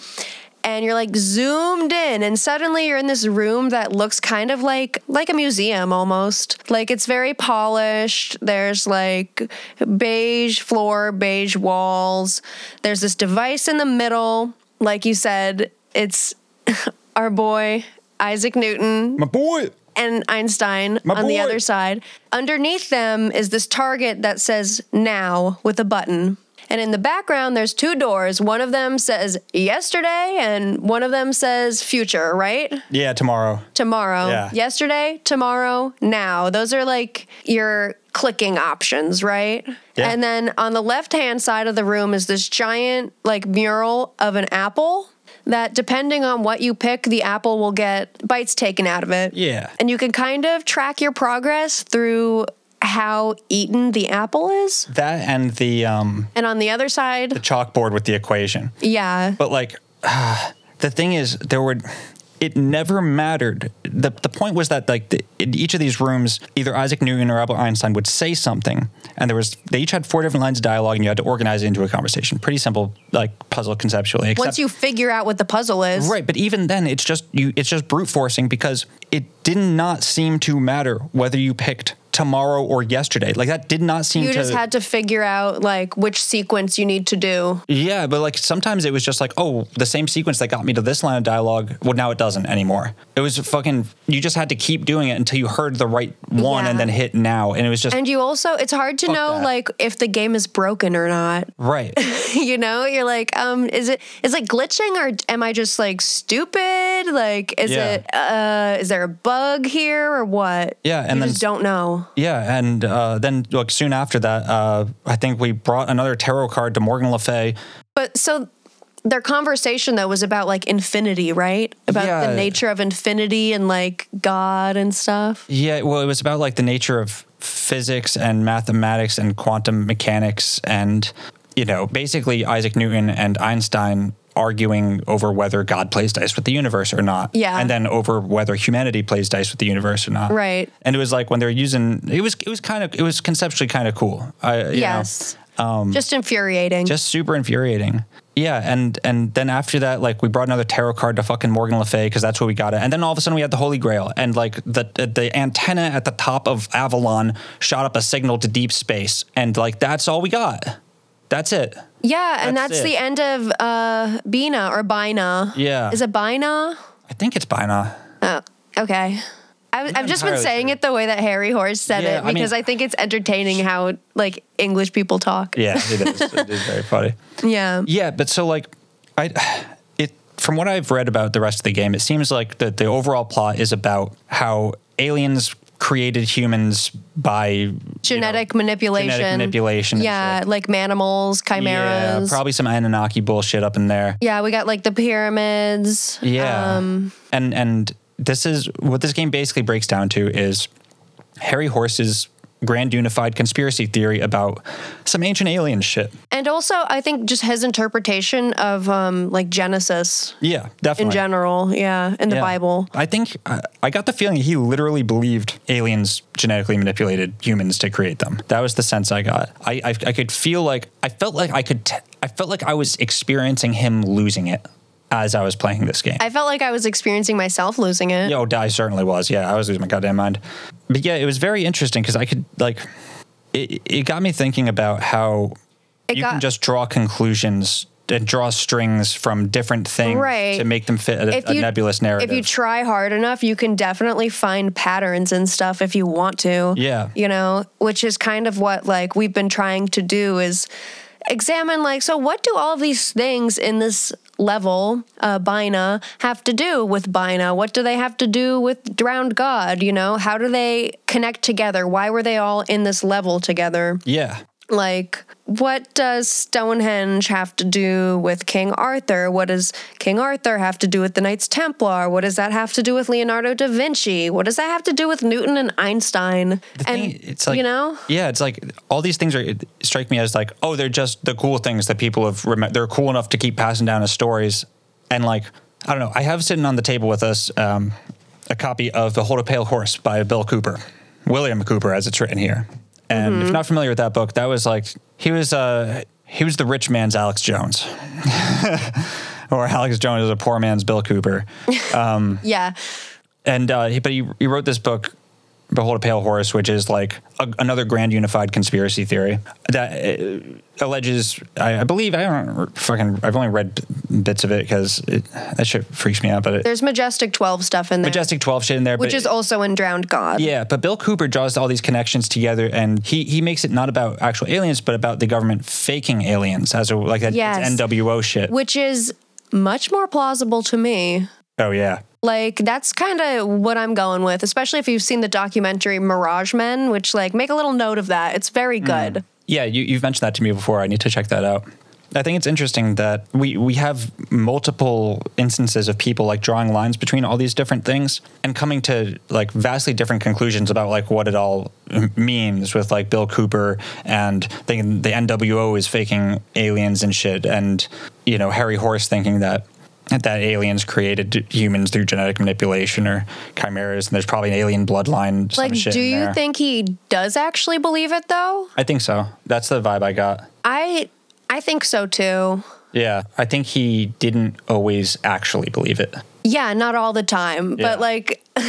B: And you're like zoomed in, and suddenly you're in this room that looks kind of like like a museum almost. Like it's very polished. There's like beige floor, beige walls. There's this device in the middle. Like you said, it's <laughs> our boy Isaac Newton
A: My boy.
B: and Einstein
A: My
B: on the
A: boy.
B: other side. Underneath them is this target that says now with a button. And in the background, there's two doors. One of them says yesterday, and one of them says future, right?
A: Yeah, tomorrow.
B: Tomorrow.
A: Yeah.
B: Yesterday, tomorrow, now. Those are like your clicking options, right?
A: Yeah.
B: And then on the left hand side of the room is this giant, like, mural of an apple that, depending on what you pick, the apple will get bites taken out of it.
A: Yeah.
B: And you can kind of track your progress through how eaten the apple is.
A: That and the um
B: And on the other side,
A: chalkboard with the equation.
B: yeah.
A: But like, <sighs> the thing is, there were. It never mattered. the The point was that like the, in each of these rooms, either Isaac Newton or Albert Einstein would say something, and there was they each had four different lines of dialogue, and you had to organize it into a conversation. Pretty simple, like puzzle conceptually. Except,
B: Once you figure out what the puzzle is,
A: Right, but even then, it's just you. It's just brute forcing because it did not seem to matter whether you picked tomorrow or yesterday. Like that did not seem
B: you
A: to.
B: just had to figure out like which sequence you need to do.
A: Yeah, but like sometimes it was just like, oh, the same sequence that got me to this line of dialogue, well, now it doesn't anymore. It was fucking, you just had to keep doing it until you heard the right one
B: Yeah.
A: and then hit now. And it was just,
B: And you also, it's hard to
A: Fuck
B: know
A: that.
B: like if the game is broken or not. <laughs>
A: right.
B: you know, you're like, um, is it is it glitching or am I just like stupid? Like, is
A: Yeah.
B: it uh, is there a bug here or what?
A: Yeah, and
B: you
A: then-
B: just don't know.
A: yeah. And uh, then, like, soon after that, uh, I think we brought another tarot card to Morgan Le Fay.
B: But so their conversation though was about like infinity, right? About
A: Yeah.
B: the nature of infinity and like God and stuff.
A: Yeah, well, it was about like the nature of physics and mathematics and quantum mechanics and you know, basically Isaac Newton and Einstein arguing over whether God plays dice with the universe or not.
B: Yeah.
A: And then over whether humanity plays dice with the universe or not.
B: Right.
A: And it was like when they were using it was it was kind of it was conceptually kind of cool. I you know,
B: yes. just infuriating.
A: Um, just super infuriating. Yeah, and and then after that, like we brought another tarot card to fucking Morgan Le Fay because that's where we got it. And then all of a sudden we had the Holy Grail, and like the the antenna at the top of Avalon shot up a signal to deep space, and like that's all we got. That's it.
B: Yeah, and
A: That's
B: that's,
A: it.
B: the end of uh, Bina or Bina.
A: Yeah.
B: Is it Bina?
A: I think it's by now.
B: Oh, okay. I've, I've just been
A: entirely
B: saying
A: sure.
B: it the way that Harry Horse said
A: Yeah, I
B: it
A: mean-
B: because I, think it's entertaining how like English people talk.
A: Yeah, it is. it is very funny.
B: Yeah.
A: <laughs> Yeah, but so like, I it from what I've read about the rest of the game, it seems like that the overall plot is about how aliens created humans by you know,
B: Genetic manipulation.
A: genetic manipulation. and
B: Yeah,
A: shit.
B: like mammals,
A: yeah,
B: chimeras.
A: probably some Anunnaki bullshit up in there.
B: Yeah, we got like the pyramids.
A: Yeah.
B: Um,
A: and and this is what this game basically breaks down to is Harry Horse's grand unified conspiracy theory about some ancient alien shit.
B: and also, I think just his interpretation of um, like Genesis
A: Yeah,
B: in
A: definitely.
B: general. Yeah, in the
A: Yeah.
B: Bible.
A: I think I, I got the feeling he literally believed aliens genetically manipulated humans to create them. That was the sense I got. I I, I could feel like I felt like I could t- I felt like I was experiencing him losing it as I was playing this game.
B: I felt like I was experiencing myself losing it.
A: Yo, I Oh, certainly was. Yeah, I was losing my goddamn mind. But yeah, it was very interesting because I could like it, it got me thinking about how
B: It
A: you can
B: got-
A: just draw conclusions and draw strings from different things
B: Right.
A: to make them fit a, a nebulous narrative.
B: If you try hard enough, you can definitely find patterns and stuff if you want to.
A: Yeah.
B: You know, which is kind of what like we've been trying to do is examine like so what do all these things in this level uh bina have to do with bina what do they have to do with drowned god you know how do they connect together why were they all in this level together
A: yeah.
B: like what does stonehenge have to do with king arthur what does king arthur have to do with the knights templar what does that have to do with leonardo da vinci what does that have to do with newton and einstein
A: The
B: and
A: thing- it's like
B: you know
A: yeah it's like all these things are it strike me as like oh they're just the cool things that people have rem- they're cool enough to keep passing down as stories and like i don't know i have sitting on the table with us um, a copy of the hold a pale horse by bill cooper william cooper as it's written here and if you're not familiar with that book that was like he was uh he was the rich man's alex jones <laughs> or alex jones is a poor man's bill cooper
B: yeah
A: and uh, he, but he, he wrote this book behold a pale horse which is like a, another grand unified conspiracy theory that uh, alleges I, I believe i don't re- fucking i've only read b- bits of it because that shit freaks me out but it,
B: there's majestic 12 stuff in there
A: majestic 12 shit in there
B: which
A: but
B: is also in drowned god
A: yeah, but Bill Cooper draws all these connections together, and he he makes it not about actual aliens, but about the government faking aliens as a like that it's
B: Yes.
A: NWO shit.
B: which is much more plausible to me
A: oh yeah,
B: Like that's kind of what I'm going with, especially if you've seen the documentary Mirage Men, which like make a little note of that. It's
A: Mm.
B: very good.
A: Yeah, you, you've mentioned that to me before. I need to check that out. I think it's interesting that we, we have multiple instances of people like drawing lines between all these different things and coming to like vastly different conclusions about like what it all means with like Bill Cooper and thinking the NWO is faking aliens and shit and you know Harry Horse thinking that that aliens created humans through genetic manipulation or chimeras and there's probably an alien bloodline some
B: Like
A: shit
B: do
A: in
B: you
A: there.
B: think he does actually believe it though?
A: I think so. That's the vibe I got.
B: I I think so too.
A: Yeah, I think he didn't always actually believe it.
B: Yeah, not all the time,
A: Yeah.
B: but like <laughs>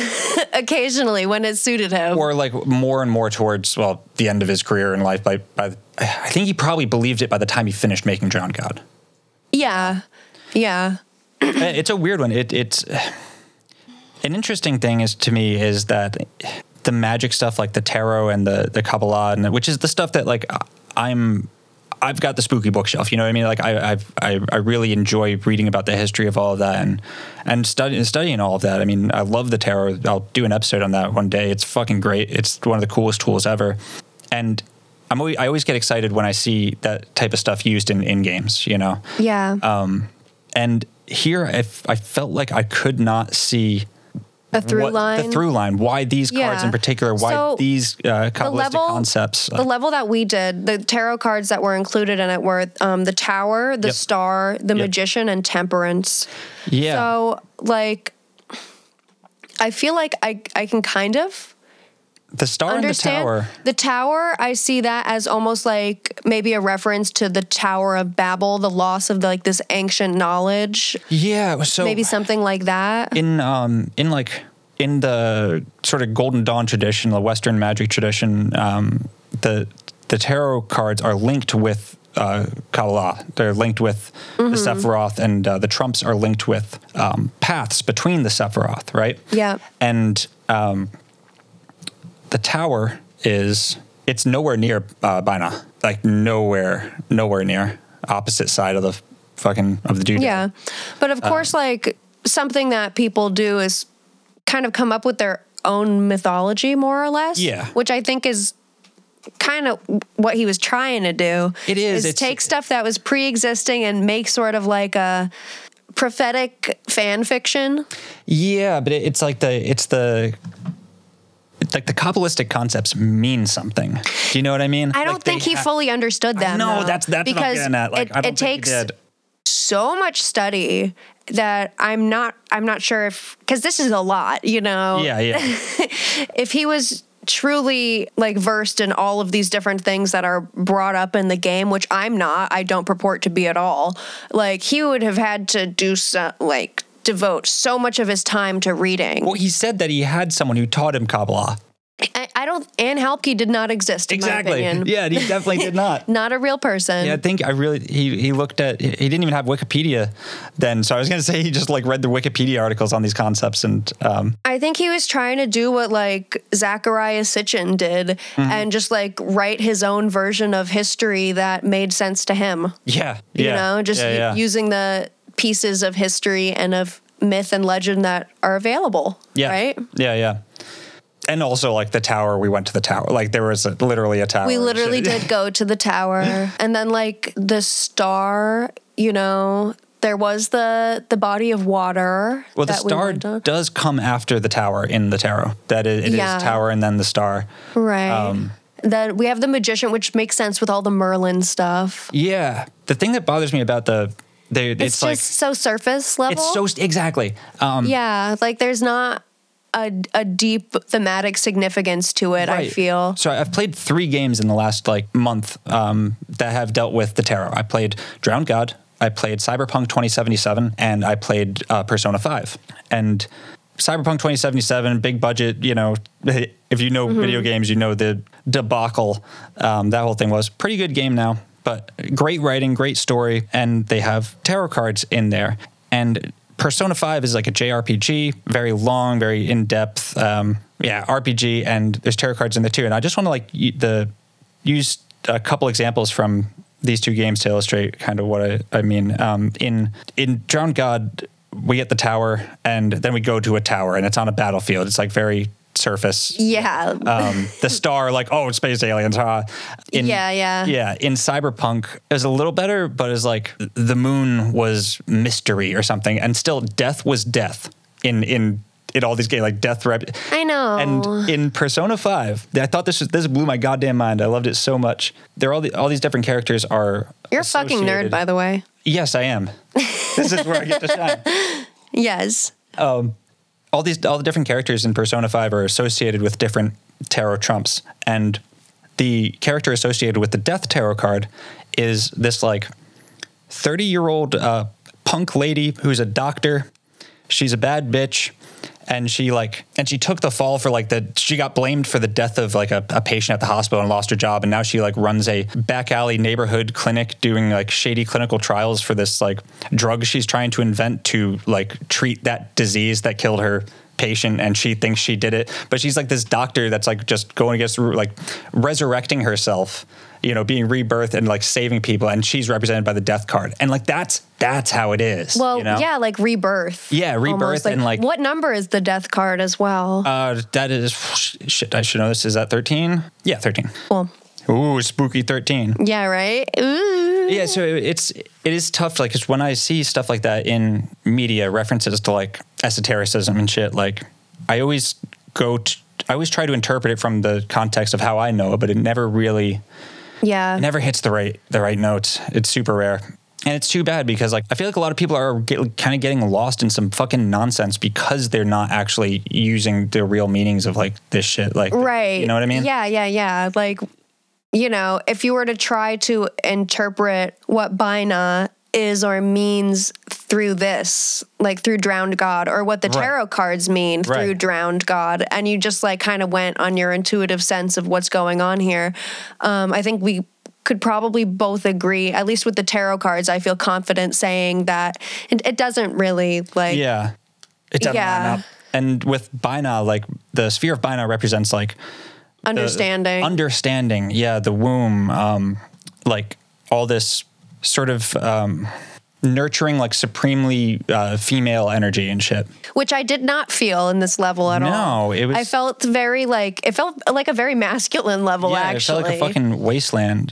B: occasionally when it suited him.
A: Or like more and more towards well, the end of his career in life by by I think he probably believed it by the time he finished making Drowned God.
B: yeah. Yeah.
A: Eh, it's a weird one. It it's <sighs> an interesting thing is to me is that the magic stuff like the tarot and the the Kabbalah and the, which is the stuff that like I- I'm I've got the spooky bookshelf. You know what I mean? Like I I've, I I really enjoy reading about the history of all of that and and studying studying all of that. I mean, I love the tarot. I'll do an episode on that one day. It's fucking great. It's one of the coolest tools ever. And I'm always, I always get excited when I see that type of stuff used in in games. You know?
B: Yeah.
A: Um, and here, I, f- I felt like I could not see
B: a through
A: what-
B: line.
A: the through line. Why these cards
B: Yeah.
A: in particular? Why
B: So,
A: these uh,
B: the
A: Kabbalistic
B: level
A: concepts?
B: The
A: Uh,
B: level that we did, the tarot cards that were included in it were um, the Tower, the
A: Yep.
B: Star, the Magician, and Temperance.
A: yeah,
B: So like, I feel like I I can kind of
A: the star in the
B: understand
A: tower.
B: The tower, I see that as almost like maybe a reference to the Tower of Babel, the loss of like this ancient knowledge,
A: Yeah, so
B: maybe something like that.
A: in um in like in the sort of golden dawn tradition, the Western magic tradition, um, the the tarot cards are linked with uh, Kabbalah. They're linked with
B: Mm-hmm.
A: the Sephiroth, and uh, the Trumps are linked with um, paths between the Sephiroth, right?
B: Yeah.
A: And um, the tower is it's nowhere near uh, Bina, like nowhere, nowhere near opposite side of the fucking of the dude.
B: Yeah. But
A: Um,
B: of course, like something that people do is kind of come up with their own mythology, more or less.
A: Yeah.
B: Which I think is kind of what he was trying to do.
A: It is,
B: Is
A: it's-
B: take stuff that was pre existing and make sort of like a prophetic fan fiction.
A: Yeah, but it, it's like the it's the it's like the kabbalistic concepts mean something. Do you know what I mean?
B: I don't
A: Like, they
B: think he
A: ha-
B: fully understood them.
A: No,
B: though,
A: that's that's what I'm
B: because
A: getting at. Like
B: it,
A: I don't
B: it
A: think
B: takes
A: he did.
B: so much study that I'm not I'm not sure if because this is a lot, you know.
A: Yeah,
B: <laughs>
A: yeah.
B: if he was truly like versed in all of these different things that are brought up in the game which i'm not i don't purport to be at all like he would have had to do so like devote so much of his time to reading
A: well, he said that he had someone who taught him Kabbalah.
B: I, I don't anne halpke did not exist in my
A: Exactly.
B: opinion
A: Yeah, and he definitely did not.
B: not a real person
A: Yeah, I think I really he he looked at he didn't even have Wikipedia then, so I was gonna say he just like read the Wikipedia articles on these concepts and um,
B: I think he was trying to do what like Zachariah Sitchin did
A: Mm-hmm.
B: and just like write his own version of history that made sense to him.
A: yeah,
B: You
A: yeah,
B: know, just
A: yeah,
B: u-
A: yeah.
B: using the pieces of history and of myth and legend that are available.
A: yeah,
B: Right?
A: yeah, yeah, and also like the tower. We went to the tower. Like there was a, literally a tower.
B: We
A: and
B: literally
A: Oh, shit.
B: did go to the
A: <laughs>
B: tower and then like the star, you know, there was the the body of water.
A: Well, the
B: that we
A: star
B: went on.
A: does come after the tower in the tarot. That is, it is
B: Yeah.
A: tower and then the star.
B: right.
A: um,
B: then we have the magician, which makes sense with all the Merlin stuff.
A: Yeah. The thing that bothers me about the, they, it's,
B: it's, just
A: like,
B: so surface level.
A: it's so, exactly. Um,
B: yeah, like there's not a a deep thematic significance to it. I
A: Right.
B: feel
A: So I've played three games in the last like month um, that have dealt with the tarot. I played Drowned God, I played Cyberpunk 2077, and I played uh, Persona 5. And Cyberpunk 2077, big budget, you know, <laughs> if you know
B: Mm-hmm.
A: video games, you know the debacle um, that whole thing was. Pretty good game now, but great writing, great story, and they have tarot cards in there. And Persona 5 is like a JRPG, very long, very in depth. Um, yeah, RPG, and there's tarot cards in there too. And I just want to like u- the use a couple examples from these two games to illustrate kind of what I, I mean. Um, in in Drowned God, we get the tower, and then we go to a tower, and it's on a battlefield. It's like very surface.
B: yeah,
A: Um, the star, like oh, space aliens, huh? In-
B: Yeah, yeah.
A: yeah. In Cyberpunk, it was a little better, but it's like the moon was mystery or something, and still death was death in in in all these games, like death. Rep-
B: <laughs> I know.
A: And in Persona Five, I thought this was, this blew my goddamn mind. I loved it so much. There are all the, all these different characters are.
B: you're a fucking nerd,
A: associated-
B: by the way.
A: Yes, I am. this is where I get to shine
B: Yes,
A: all these all the different characters in Persona 5 are associated with different tarot trumps and the character associated with the death tarot card is this like 30 year old uh, punk lady who's a doctor she's a bad bitch and she like and she took the fall for like the she got blamed for the death of like a, a patient at the hospital and lost her job and now she like runs a back alley neighborhood clinic doing like shady clinical trials for this like drug she's trying to invent to like treat that disease that killed her patient and she thinks she did it but she's like this doctor that's like just going against the ru- like resurrecting herself you know being rebirthed and like saving people and she's represented by the death card and like that's that's how it is
B: well,
A: you know?
B: yeah, like rebirth.
A: Yeah, rebirth and, like-
B: what number is the death card as well?
A: Uh, that is shit. I should know this. Is that thirteen? Yeah, thirteen.
B: well,
A: Ooh, spooky thirteen.
B: yeah, right. Ooh.
A: Yeah, so it- it's it is tough. Like, 'cause when I see stuff like that in media, references to like esotericism and shit, like I always go. To, I always try to interpret it from the context of how I know it, but it never really
B: Yeah,
A: it never hits the right the right notes. It's super rare. And it's too bad because like I feel like a lot of people are get, kind of getting lost in some fucking nonsense because they're not actually using the real meanings of like this shit. Like,
B: Right.
A: You know what I mean?
B: Yeah, yeah, yeah. Like, you know, if you were to try to interpret what Bina is or means through this, like through Drowned God, or what the
A: Right.
B: tarot cards mean through
A: Right.
B: Drowned God, and you just like kind of went on your intuitive sense of what's going on here, um, I think we could probably both agree, at least with the tarot cards, I feel confident saying that it, it doesn't really like
A: Yeah. It doesn't
B: Yeah.
A: line up. And with Bina, like the sphere of Bina represents like the
B: understanding.
A: understanding, yeah, the womb, um, like all this sort of um, nurturing, like supremely uh, female energy and shit.
B: which I did not feel in this level at all.
A: No, it was-
B: I felt very like it felt like a very masculine level
A: yeah,
B: actually.
A: it felt like a fucking wasteland.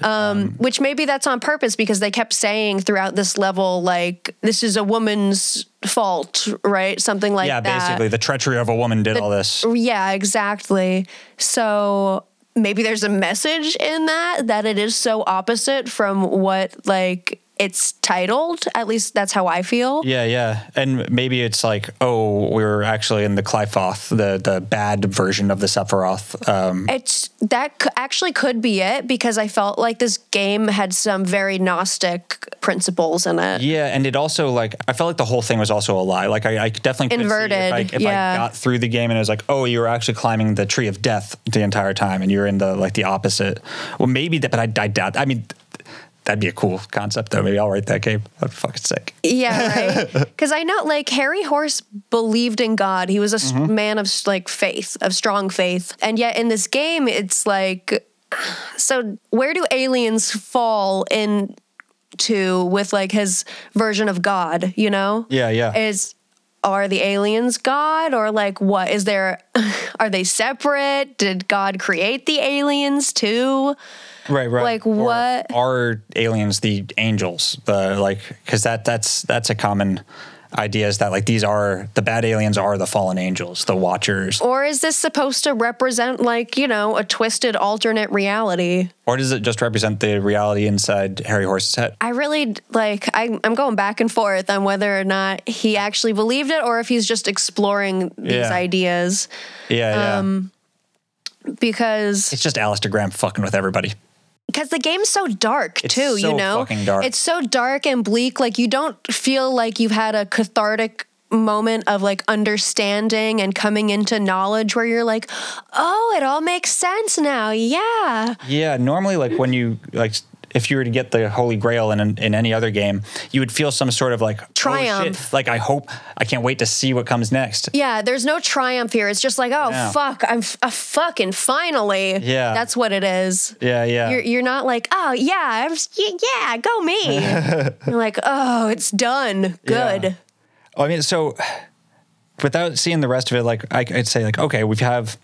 B: which maybe that's on purpose because they kept saying throughout this level like this is a woman's fault, right? Something like
A: yeah,
B: that.
A: basically, the treachery of a woman did all this.
B: Yeah, exactly. So maybe there's a message in that that it is so opposite from what like it's titled. At least that's how I feel.
A: Yeah, yeah, and maybe it's like, oh, we were actually in the Clyfoth, the the bad version of the Sephiroth. Um,
B: It's that c- actually could be it because I felt like this game had some very Gnostic principles in it.
A: yeah, and it also like I felt like the whole thing was also a lie. Like I, I definitely could see
B: Inverted,
A: if, I, if
B: yeah.
A: I got through the game and it was like, oh, you were actually climbing the tree of death the entire time, and you're in the like the opposite. Well, maybe that, but I, I doubt. I mean. That'd be a cool concept, though. Maybe I'll write that game. That'd be fucking sick.
B: Yeah, right. Because I know, like Harry Horse believed in God. He was a s- man of like faith, of strong faith, and yet in this game, it's like, <sighs> so where do aliens fall in to with like his version of God? You know?
A: Yeah, yeah.
B: Is are the aliens God or like what is there? <laughs> Are they separate? Did God create the aliens too?
A: right right
B: Like,
A: Or
B: what-
A: are aliens the angels the like because that that's that's a common idea is that like these are the bad aliens are the fallen angels the watchers
B: Or is this supposed to represent like you know a twisted alternate reality?
A: or does it just represent the reality inside harry horse's head
B: I really like I, I'm going back and forth on whether or not he actually believed it or if he's just exploring these
A: Yeah.
B: ideas
A: yeah yeah
B: Um, because
A: it's just Alistair Graham fucking with everybody
B: because the game's so dark
A: It's
B: too you
A: so
B: know
A: fucking dark.
B: it's so dark and bleak like you don't feel like you've had a cathartic moment of like understanding and coming into knowledge where you're like oh it all makes sense now yeah
A: Yeah, normally, like when you like, if you were to get the Holy Grail in in any other game, you would feel some sort of like oh, shit.
B: Triumph.
A: Like I hope I can't wait to see what comes next.
B: yeah there's no triumph here it's just like oh
A: Yeah.
B: fuck i'm f- a fucking finally
A: Yeah.
B: that's what it is
A: Yeah, yeah.
B: You're, you're not like, oh yeah, I'm, s- y- yeah,
A: <laughs>
B: go me. you're like, oh, it's done. Good.
A: Yeah. Oh, I mean, so without seeing the rest of it, like I, I'd say, like okay, we have,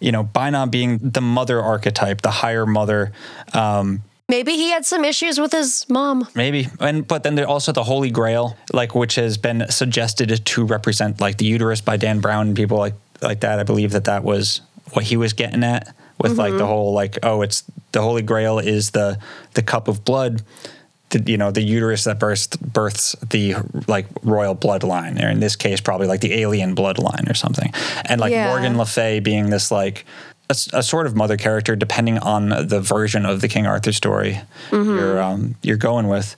A: you know, Bynum being the mother archetype, the higher mother, um,
B: Maybe he had some issues with his mom.
A: maybe, and but then there also the Holy Grail, like which has been suggested to represent like the uterus by Dan Brown and people like like that. I believe that that was what he was getting at with like the whole like oh, it's the Holy Grail is the the cup of blood. The, you know the uterus that births births the like royal bloodline, or in this case probably like the alien bloodline or something, and like
B: Yeah.
A: Morgan Le Fay being this like a, s- a sort of mother character, depending on the version of the King Arthur story
B: Mm-hmm.
A: you're um, you're going with,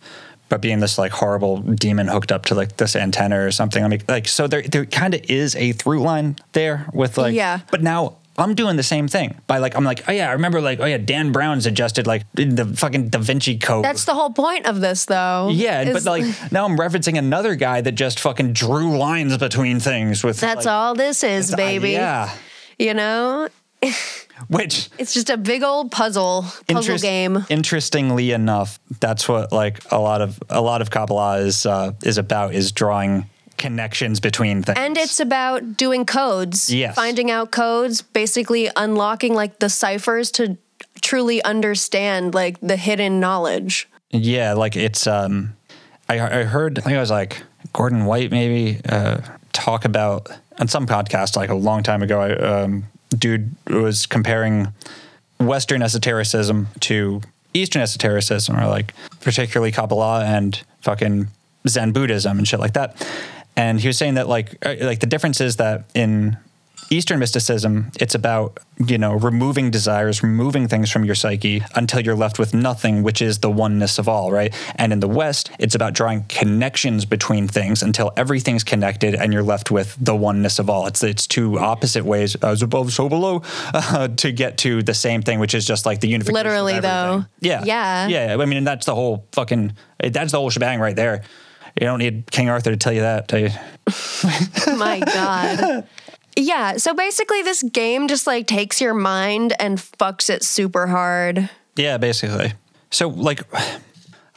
A: but being this like horrible demon hooked up to like this antenna or something. I mean, like so there there kind of is a through line there with like
B: Yeah.
A: but now. I'm doing the same thing by like I'm like oh yeah I remember like oh yeah Dan Brown's adjusted like the fucking Da Vinci Code
B: That's the whole point of this, though.
A: yeah, and- but
B: is- <laughs>
A: like now I'm referencing another guy that just fucking drew lines between things with
B: that's
A: like,
B: all this is,
A: I-
B: baby.
A: yeah,
B: You know,
A: which
B: it's just a big old puzzle puzzle
A: interest-
B: game.
A: Interestingly enough, that's what like a lot of a lot of Kabbalah is uh, is about is drawing connections between things.
B: And it's about doing codes,
A: Yes.
B: finding out codes, basically unlocking like the ciphers to truly understand like the
A: <laughs>
B: hidden knowledge.
A: Yeah, like it's. Um, I, I heard. I think it was like Gordon White maybe uh, talk about on some podcast like a long time ago. I, um, dude was comparing Western esotericism to Eastern esotericism, or like particularly Kabbalah and fucking Zen Buddhism and shit like that. And he was saying that like uh, like the difference is that in Eastern mysticism, it's about, you know, removing desires, removing things from your psyche until you're left with nothing, which is the oneness of all, right? And in the West, it's about drawing connections between things until everything's connected and you're left with the oneness of all. It's it's two opposite ways, as above, so below, <laughs> uh, to get to the same thing, which is just like the unification. of
B: Literally, though.
A: everything. Yeah.
B: Yeah.
A: Yeah. I mean, and that's the whole fucking, that's the whole shebang right there. You don't need King Arthur to tell you that. do you?
B: My God. Yeah. So basically, this game just like takes your mind and fucks it super hard.
A: Yeah, basically. So like, I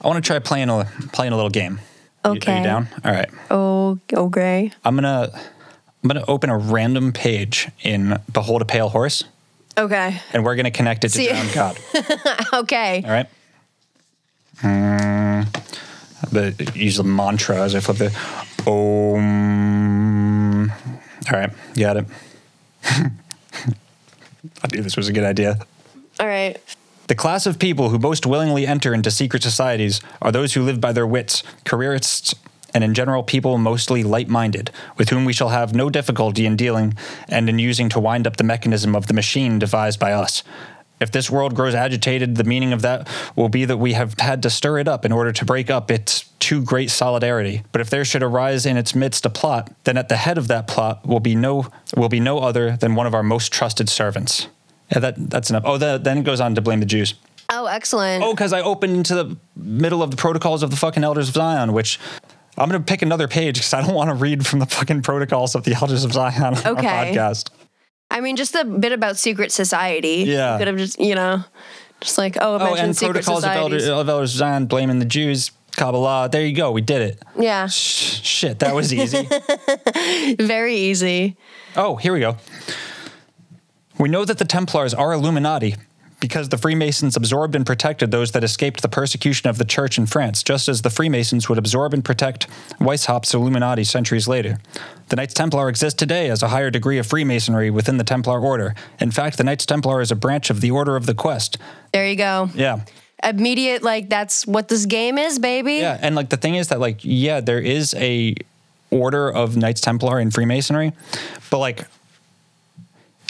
A: want to try playing a playing a little game. You- Are
B: Okay.
A: you down? All right.
B: Oh, okay.
A: I'm gonna I'm gonna open a random page in Behold a Pale Horse,
B: Okay. <laughs>
A: and we're gonna connect it to
B: See-
A: Drowned God.
B: Okay.
A: All
B: <laughs>
A: right. Mm, but use the mantra as I flip it. Om. All right, got it. <laughs> I knew this was a good idea.
B: All right.
A: The class of people who most willingly enter into secret societies are those who live by their wits, careerists, and in general people mostly light minded, with whom we shall have no difficulty in dealing and in using to wind up the mechanism of the machine devised by us. If this world grows agitated, the meaning of that will be that we have had to stir it up in order to break up its too great solidarity. But if there should arise in its midst a plot, then at the head of that plot will be no will be no other than one of our most trusted servants. Yeah, that that's enough. Oh, the, then it goes on to blame the Jews.
B: Oh, excellent.
A: Oh, because I opened into the middle of the protocols of the fucking elders of Zion, which I'm gonna pick another page because I don't want to read from the fucking protocols of the elders of Zion on our
B: Okay.
A: podcast.
B: I mean, just a bit about secret society.
A: Yeah.
B: You could have just, you know, just like,
A: Oh,
B: oh, imagine
A: and
B: secret
A: protocols of, elder,
B: societies.
A: of elders of Zion blaming the Jews, Kabbalah. There you go, we did it.
B: yeah.
A: Sh- Shit, that was
B: <laughs>
A: easy.
B: Very easy.
A: Oh, here we go. We know that the Templars are Illuminati because the Freemasons absorbed and protected those that escaped the persecution of the church in France, just as the Freemasons would absorb and protect Weishaupt's Illuminati centuries later. The Knights Templar exist today as a higher degree of Freemasonry within the Templar Order. In fact, the Knights Templar is a branch of the Order of the Quest.
B: There you go.
A: Yeah.
B: Immediate, like, that's what this game is, baby.
A: Yeah, and like the thing is that like yeah, there is a order of Knights Templar in Freemasonry, but like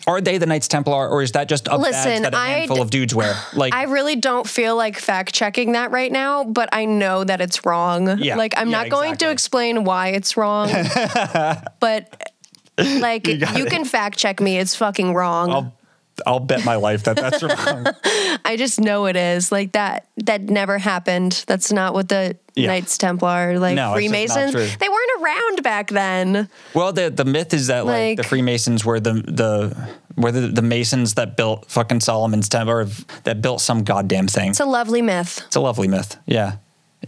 A: are they the Knights Templar or is that just a badge
B: Listen,
A: that a
B: I
A: handful
B: d-
A: of dudes
B: <sighs>
A: wear? Like
B: I really don't feel like fact checking that right now, but I know that it's wrong.
A: Yeah.
B: Like, I'm
A: Yeah,
B: not going
A: exactly.
B: to explain why it's
A: <laughs>
B: wrong, but like, you,
A: got it.
B: can fact check me. It's fucking wrong.
A: I'll I'll bet my life that
B: <laughs>
A: that's wrong.
B: I just know it is. Like that that never happened. That's not what the
A: Yeah.
B: Knights Templar, like
A: No, it's just not
B: Freemasons.
A: true.
B: They weren't around back then.
A: well, the the myth is that like, the
B: Like-
A: Freemasons were the the were the, the Masons that built fucking Solomon's temple or that built some goddamn thing.
B: It's a lovely myth. <laughs>
A: it's a lovely myth. Yeah.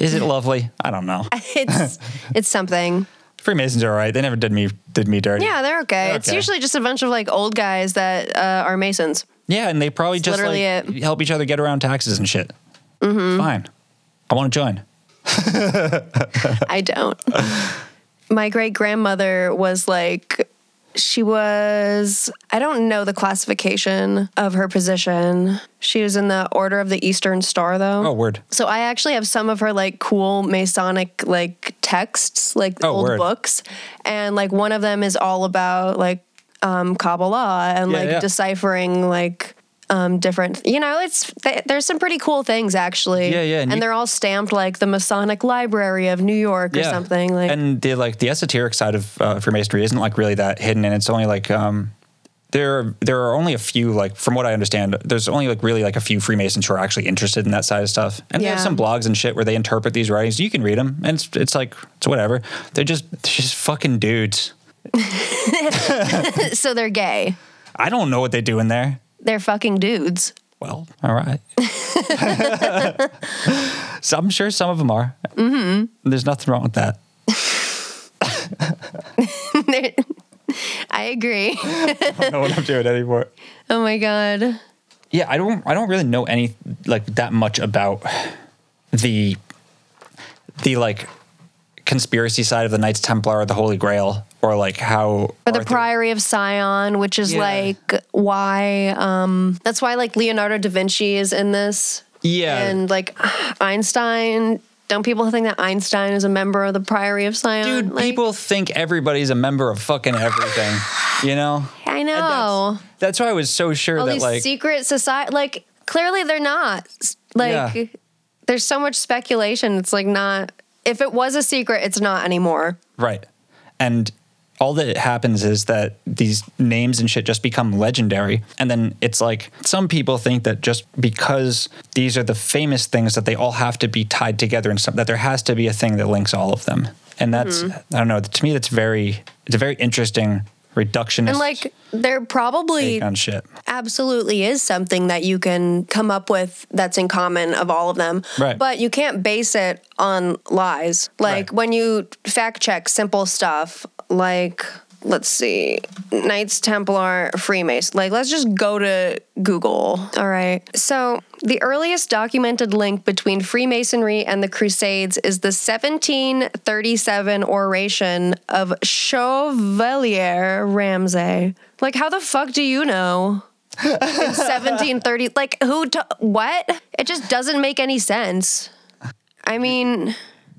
A: Is it lovely? I don't know. <laughs>
B: It's it's something.
A: Freemasons are all right. They never did me did me dirty.
B: Yeah, they're okay.
A: They're
B: It's
A: okay.
B: usually just a bunch of like old guys that uh, are Masons.
A: Yeah, and they probably just
B: literally
A: like,
B: it. Mm-hmm.
A: help each other get around taxes and shit. Fine. I want to join.
B: I
A: <laughs>
B: don't. My great grandmother was like, she was, I don't know the classification of her position. She was in the Order of the Eastern Star, though.
A: Oh, word.
B: So I actually have some of her like cool Masonic like texts, like
A: Oh,
B: old
A: word.
B: books, and like one of them is all about like um, Kabbalah and
A: Yeah,
B: like
A: yeah.
B: deciphering like um, different. You know, it's th- there's some pretty cool things actually.
A: Yeah, yeah, and
B: And,
A: you-
B: they're all stamped like the Masonic Library of New York or something like.
A: and the like the esoteric side of uh, Freemasonry isn't like really that hidden, and it's only like um, there there are only a few like from what I understand, there's only like really like a few Freemasons who are actually interested in that side of stuff, and they have
B: Yeah.
A: some blogs and shit where they interpret these writings. You can read them, and it's it's like it's whatever. They're just they're just fucking dudes.
B: <laughs> so they're gay.
A: I don't know what they do in there.
B: They're fucking dudes. <laughs>
A: Well, all right. <laughs> so I'm sure some of them are. Mm-hmm. There's nothing wrong with that.
B: They're- I agree.
A: I don't know what I'm doing anymore.
B: Oh my god.
A: Yeah, I don't. I don't really know any like that much about the the like conspiracy side of the Knights Templar or the Holy Grail or like how
B: Or the
A: Arthur-
B: Priory of Sion, which is
A: Yeah.
B: like why um that's why like Leonardo da Vinci is in this.
A: Yeah.
B: And like <sighs> Einstein. Don't people think that Einstein is a member of the Priory of Sion?
A: Dude,
B: Like,
A: people think everybody's a member of fucking everything. You know?
B: I I
A: Oh.
B: know.
A: That's why I was so sure
B: All
A: that
B: these
A: like
B: secret society, like clearly they're not. S- Like
A: Yeah.
B: there's so much speculation. It's like not. If it was a secret, it's not anymore.
A: Right. And all that happens is that these names and shit just become legendary. And then it's like some people think that just because these are the famous things that they all have to be tied together and some that there has to be a thing that links all of them. And that's
B: Mm-hmm.
A: I don't know, to me that's very it's a very interesting reductionist
B: And like there probably
A: take on shit.
B: absolutely is something that you can come up with that's in common of all of them.
A: Right.
B: But you can't base it on lies. Like
A: Right.
B: when you fact check simple stuff, like let's see, Knights Templar, Freemason. Like let's just go to Google. All right. So the earliest documented link between Freemasonry and the Crusades is the 1737 oration of Chevalier Ramsay. Like how the fuck do you know? 1730 like who t- what it just doesn't make any sense i mean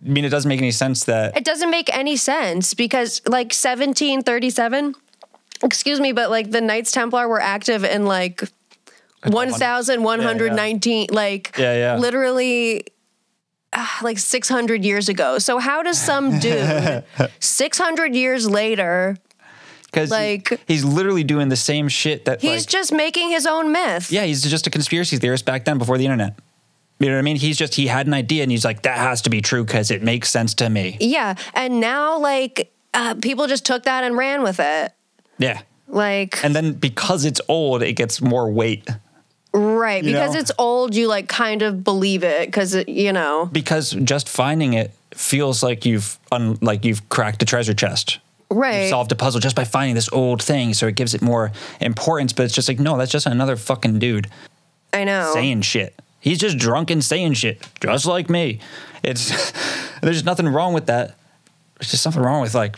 A: I mean it doesn't make any sense that
B: it doesn't make any sense because like 1737 excuse me but like the knights templar were active in like 1119 like
A: Yeah, yeah.
B: literally ah, like 600 years ago so how does some
A: <laughs>
B: dude 600 years later
A: because
B: like-
A: he's literally doing the same shit that
B: he's
A: like,
B: just making his own myth
A: Yeah, he's just a conspiracy theorist back then before the internet. You know what I mean? He's just, he had an idea and he's like, that has to be true because it makes sense to me.
B: Yeah. And now, like, uh, people just took that and ran with it.
A: Yeah.
B: Like,
A: And then because it's old, it gets more weight.
B: right.
A: you
B: Because
A: know?
B: it's old, you, like, kind of believe it because, you know,
A: Because just finding it feels like you've, un- like you've cracked a treasure chest.
B: right.
A: You've solved a puzzle just by finding this old thing. So it gives it more importance. But it's just like, no, that's just another fucking dude
B: I know.
A: saying shit. He's just drunk and saying shit, just like me. It's, <laughs> there's nothing wrong with that. There's just something wrong with like,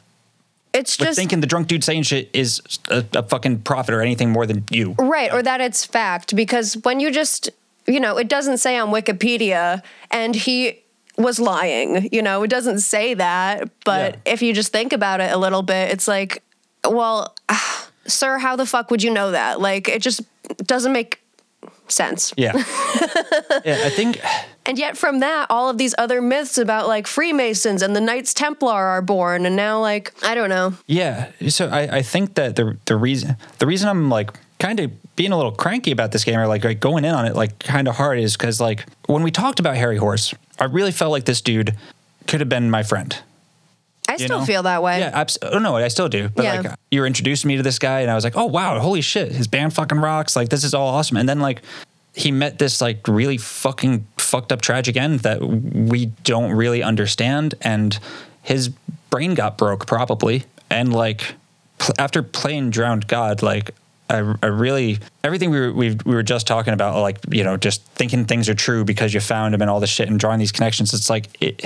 B: It's
A: But
B: just.
A: thinking the drunk dude saying shit is a, a fucking profit or anything more than you.
B: Right, or that it's fact because when you just, you know, it doesn't say on Wikipedia and he was lying, you know, it doesn't say that, but
A: Yeah.
B: if you just think about it a little bit, it's like, well, <sighs> sir, how the fuck would you know that? Like it just doesn't make sense.
A: Yeah. yeah, I think
B: And yet from that all of these other myths about like Freemasons and the Knights Templar are born and now like I don't know.
A: yeah. So I, I think that the the reason the reason I'm like kind of being a little cranky about this game or like, like going in on it like kind of hard is because like when we talked about Harry Horse, I really felt like this dude could have been my friend.
B: I
A: you
B: still
A: know?
B: feel that way.
A: Yeah, abs- oh, no, I still do. But
B: Yeah.
A: like you were introducing me to this guy, and I was like, oh wow, holy shit, his band fucking rocks. Like this is all awesome. And then like he met this like really fucking fucked up tragic end that we don't really understand, and his brain got broke probably. And like pl- after playing Drowned God, like. I, I really everything we were we, we were just talking about like you know just thinking things are true because you found him and all this shit and drawing these connections it's like it,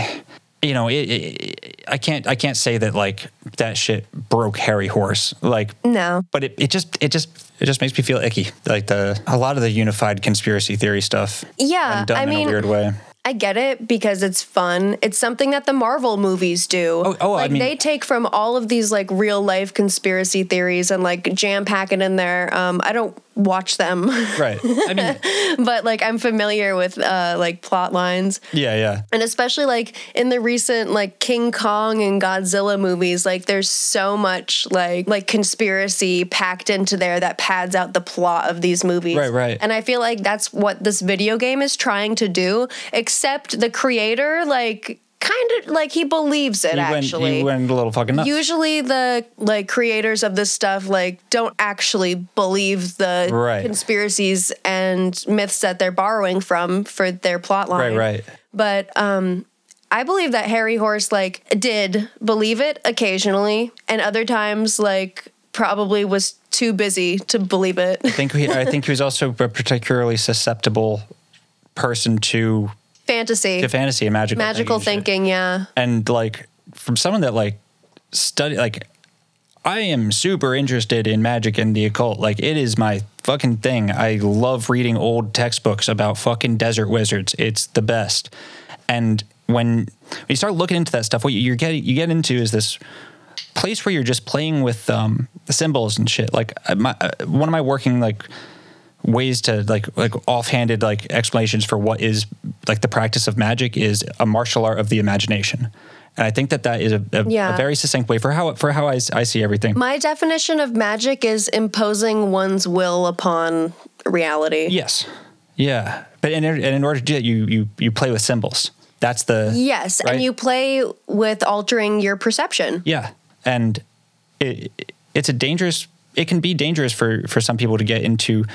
A: you know, it, it, I can't I can't say that like that shit broke Harry Horse like,
B: No.
A: but it, it just it just it just makes me feel icky. Like the a lot of the unified conspiracy theory stuff.
B: Yeah,
A: when done
B: I
A: in
B: mean-
A: a weird way.
B: I get it because it's fun. It's something that the Marvel movies do.
A: Oh- oh, I
B: like
A: mean-
B: they take from all of these like real life conspiracy theories and like jam pack it in there. Um, I don't watch them, <laughs>
A: Right. I mean,
B: but like I'm familiar with uh, like plot lines
A: yeah, yeah.
B: and especially like in the recent like King Kong and Godzilla movies, like there's so much like like conspiracy packed into there that pads out the plot of these movies.
A: Right, right.
B: And I feel like that's what this video game is trying to do, except the creator like kind of like he believes it
A: He went,
B: actually
A: he went a little fucking nuts.
B: usually the like creators of this stuff like don't actually believe the
A: Right.
B: conspiracies and myths that they're borrowing from for their plot line.
A: Right, right.
B: But um I believe that Harry Horse like did believe it occasionally and other times like probably was too busy to believe it. <laughs>
A: I think he, I think he was also a particularly susceptible person to
B: Fantasy.
A: to fantasy and magical
B: Magical
A: thinking. and shit.
B: thinking, yeah.
A: and like from someone that like study like I am super interested in magic and the occult. Like it is my fucking thing. I love reading old textbooks about fucking desert wizards. It's the best. And when, when you start looking into that stuff, what you- you're getting you get into is this place where you're just playing with um, symbols and shit. Like uh, my, uh, one of my working like ways to like like offhanded like explanations for what is like the practice of magic is a martial art of the imagination. And I think that that is a, a,
B: Yeah.
A: a very succinct way for how for how I, s- I see everything.
B: My definition of magic is imposing one's will upon reality.
A: yes, yeah. But in, and in order to do that, you you you play with symbols. That's the
B: Yes,
A: Right.
B: and you play with altering your perception.
A: Yeah, and it, it's a dangerous. It can be dangerous for for some people to get into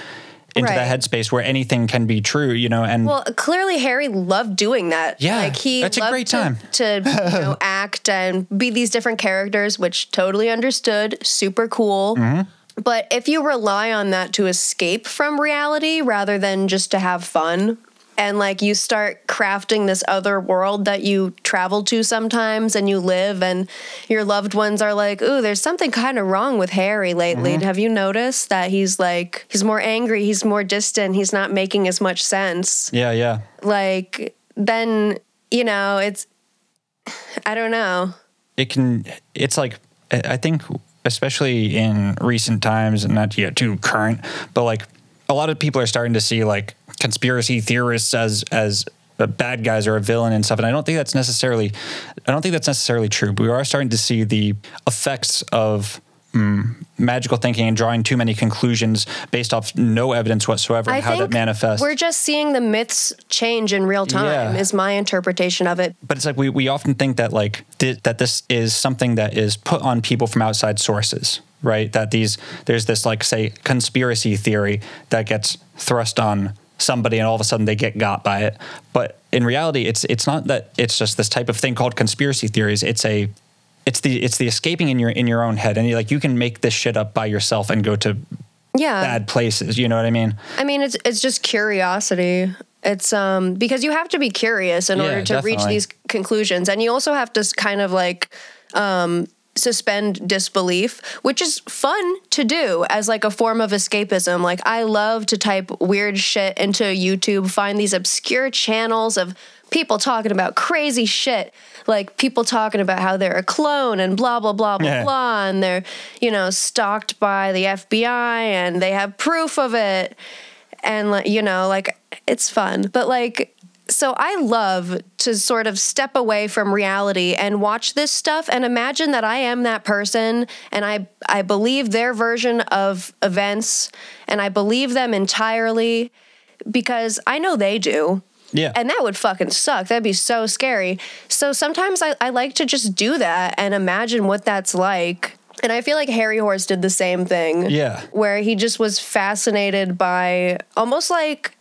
A: into
B: Right.
A: that headspace where anything can be true, you know. And
B: Well, clearly Harry loved doing that.
A: Yeah,
B: like he
A: that's a
B: loved
A: great
B: to-
A: time.
B: to, you
A: <laughs>
B: know, act and be these different characters, which totally understood, super cool.
A: Mm-hmm.
B: But if you rely on that to escape from reality rather than just to have fun, and like you start crafting this other world that you travel to sometimes and you live, and your loved ones are like, Ooh, there's something kind of wrong with Harry lately.
A: Mm-hmm.
B: Have you noticed that he's like, he's more angry, he's more distant, he's not making as much sense?
A: yeah, yeah,
B: like then you know it's i don't know
A: it can. It's like I I think, especially in recent times, and not yet too current, but like a lot of people are starting to see like conspiracy theorists as as a bad guys or a villain and stuff and i don't think that's necessarily i don't think that's necessarily true but we are starting to see the effects of mm, magical thinking and drawing too many conclusions based off no evidence whatsoever
B: i
A: and how
B: think
A: that manifests.
B: we're just seeing the myths change in real time
A: Yeah.
B: is my interpretation of it
A: but it's like we, we often think that like th- that this is something that is put on people from outside sources, right? That these there's this like say conspiracy theory that gets thrust on somebody and all of a sudden they get got by it. But in reality, it's it's not that it's just this type of thing called conspiracy theories. It's a it's the it's the escaping in your in your own head and you like you can make this shit up by yourself and go to
B: yeah
A: bad places. You know what I mean?
B: i mean it's it's just curiosity it's um because you have to be curious in
A: Yeah,
B: order to reach
A: definitely.
B: these conclusions and you also have to s- kind of like um suspend disbelief which is fun to do as like a form of escapism like i love to type weird shit into youtube find these obscure channels of people talking about crazy shit like people talking about how they're a clone and blah blah blah blah
A: Yeah.
B: blah and they're you know stalked by the fbi and they have proof of it and like, you know like it's fun but like so i love to sort of step away from reality and watch this stuff and imagine that i am that person and i i believe their version of events and i believe them entirely because i know they do
A: Yeah.
B: and that would fucking suck. That'd be so scary. So sometimes I, I like to just do that and imagine what that's like. And I feel like Harry Horse did the same thing.
A: Yeah.
B: Where he just was fascinated by almost like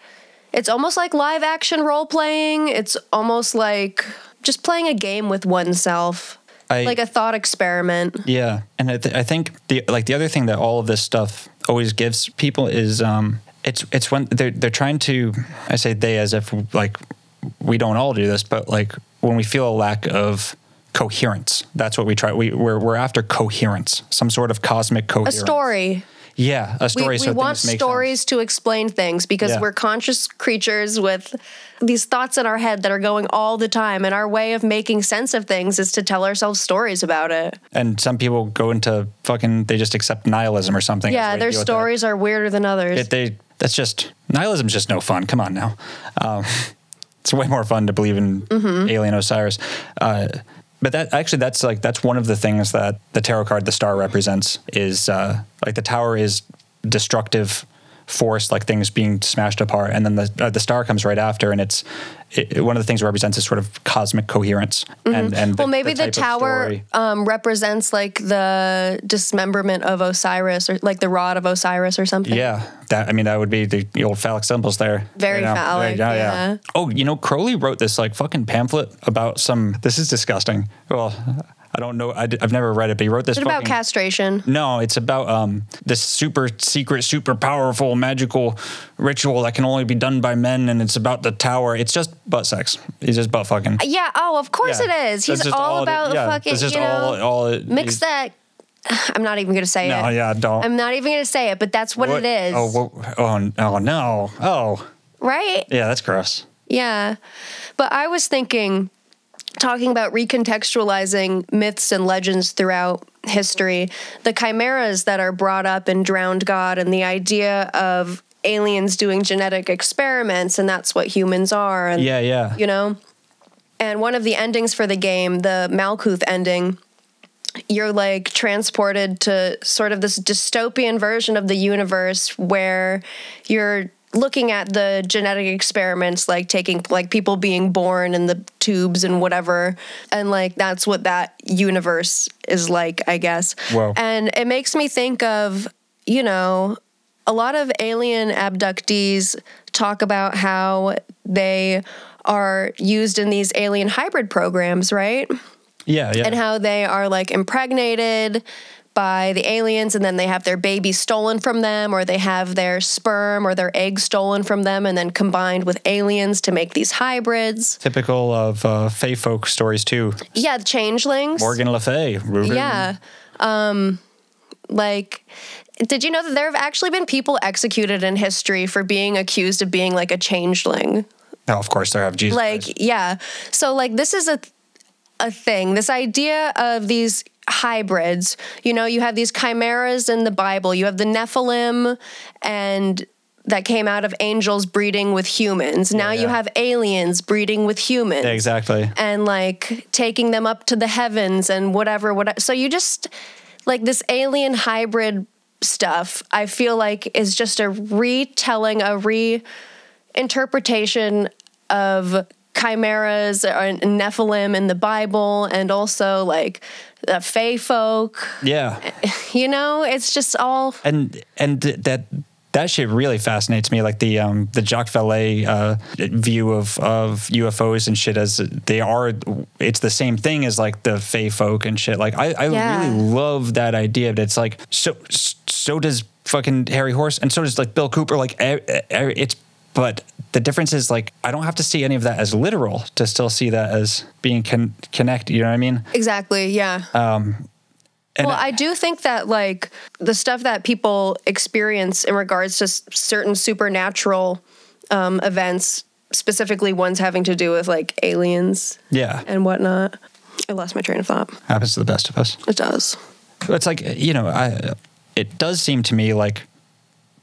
B: it's almost like live action role playing. It's almost like just playing a game with oneself.
A: I-
B: like a thought experiment.
A: Yeah, and I, th- I think the like the other thing that all of this stuff always gives people is um, it's it's when they're they're trying to I say they as if like we don't all do this, but like when we feel a lack of coherence, that's what we try. We we're, we're after coherence, some sort of cosmic
B: A
A: coherence.
B: story.
A: Yeah, a
B: we,
A: story.
B: we
A: so
B: want
A: things make
B: stories
A: Sense.
B: to explain things because
A: Yeah.
B: we're conscious creatures with these thoughts in our head that are going all the time and our way of making sense of things is to tell ourselves stories about it
A: And some people go into fucking they just accept nihilism or something. as a
B: yeah
A: way to
B: their
A: deal with it.
B: stories are weirder than others
A: it, they that's just nihilism's just no fun. Come on now, um, <laughs> it's way more fun to believe in
B: Mm-hmm.
A: alien Osiris. Uh, but that actually, that's like that's one of the things that the tarot card, the star, represents is uh, like the tower is destructive force, like things being smashed apart, and then the uh, the star comes right after, and it's it, one of the things it represents is sort of cosmic coherence. And and
B: Mm-hmm. well maybe the,
A: type of
B: tower
A: story.
B: um, represents like the dismemberment of osiris or like the rod of osiris or something
A: Yeah, that I mean that would be the, the old phallic symbols there.
B: Very phallic, yeah.
A: Oh, you know Crowley wrote this like fucking pamphlet about some. This is disgusting. Well, I don't know. I, have never read it, but he wrote this.
B: Is it about
A: fucking-
B: castration
A: No, it's about um, this super secret, super powerful magical ritual that can only be done by men, and it's about the tower. It's just butt sex. It's just butt fucking.
B: yeah oh of course
A: Yeah.
B: it
A: That's
B: is he's
A: just
B: all,
A: it-
B: about
A: yeah,
B: fucking
A: It's just
B: you know
A: all, all it-
B: mix that <sighs> i'm not even gonna say
A: No,
B: it
A: yeah, don't.
B: I'm not even going to say it, but that's what,
A: What-
B: it is.
A: Oh, what- oh, oh no. Oh,
B: right?
A: yeah, that's gross.
B: Yeah. But I was thinking, talking about recontextualizing myths and legends throughout history, the chimeras that are brought up in Drowned God and the idea of aliens doing genetic experiments and that's what humans are and
A: Yeah, yeah.
B: you know. And one of the endings for the game, the Malkuth ending, you're like transported to sort of this dystopian version of the universe where you're looking at the genetic experiments like taking like people being born in the tubes and whatever and like that's what that universe is like i guess
A: Wow.
B: and it makes me think of you know a lot of alien abductees talk about how they are used in these alien hybrid programs right
A: Yeah, yeah.
B: and how they are like impregnated by the aliens and then they have their baby stolen from them or they have their sperm or their egg stolen from them and then combined with aliens to make these hybrids.
A: Typical of uh, Fey folk stories too.
B: Yeah, the changelings.
A: Morgan Le Fay. Rugen.
B: Yeah. Um like did you know that there have actually been people executed in history for being accused of being like a changeling?
A: Oh, of course there have. Jesus.
B: like
A: Christ.
B: yeah so like this is a a thing this idea of these hybrids you know you have these chimeras in the bible you have the nephilim and that came out of angels breeding with humans now you
A: yeah.
B: have aliens breeding with humans
A: Yeah, exactly.
B: and like taking them up to the heavens and whatever what so you just like this alien hybrid stuff i feel like is just a retelling a reinterpretation of chimeras and nephilim in the bible and also like the fey folk eh,
A: Yeah.
B: you know it's just all
A: and and th- that that shit really fascinates me like the um the Jacques Vallée uh view of of UFOs and shit as they are it's the same thing as like the fey folk and shit like I I
B: Yeah.
A: really love that idea that it's like so so does fucking Harry Horse and so does like Bill Cooper like e- e- it's but the difference is like I don't have to see any of that as literal to still see that as being con- connected you know what I mean
B: exactly yeah
A: Um, and
B: well, I do think that like the stuff that people experience in regards to s- certain supernatural um, events, specifically ones having to do with like aliens
A: yeah
B: and whatnot. I lost my train of thought.
A: happens to the best of us
B: It does.
A: it's like you know I, it does seem to me like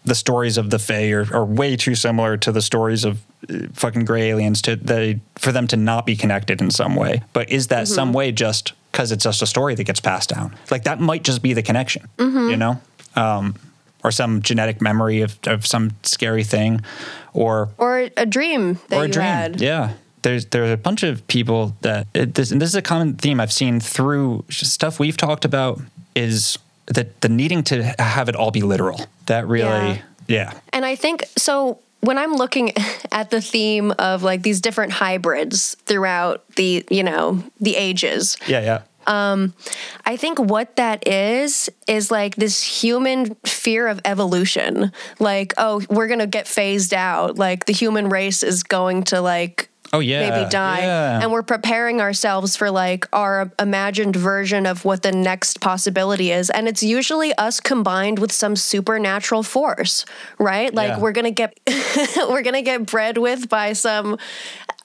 A: the stories of the Fae are, are way too similar to the stories of uh, fucking gray aliens to they for them to not be connected in some way. But is that some way just because it's just a story that gets passed down? Like that might just be the connection, you know, um, or some genetic memory of, of some scary thing, or
B: Or a dream that
A: or a
B: you
A: dream.
B: had.
A: Yeah. There's there's a bunch of people that it, this and this is a common theme I've seen through stuff we've talked about is that the needing to have it all be literal. That really yeah.
B: And I think so when I'm looking <laughs> at the theme of like these different hybrids throughout the, you know, the ages,
A: Yeah, yeah.
B: Um, I think what that is is like this human fear of evolution. Like, oh, we're gonna get phased out. Like the human race is going to like
A: Oh, yeah,
B: maybe die,
A: yeah.
B: and we're preparing ourselves for like our imagined version of what the next possibility is. And it's usually us combined with some supernatural force, right? Like
A: Yeah.
B: we're gonna get <laughs> we're gonna get bred with by some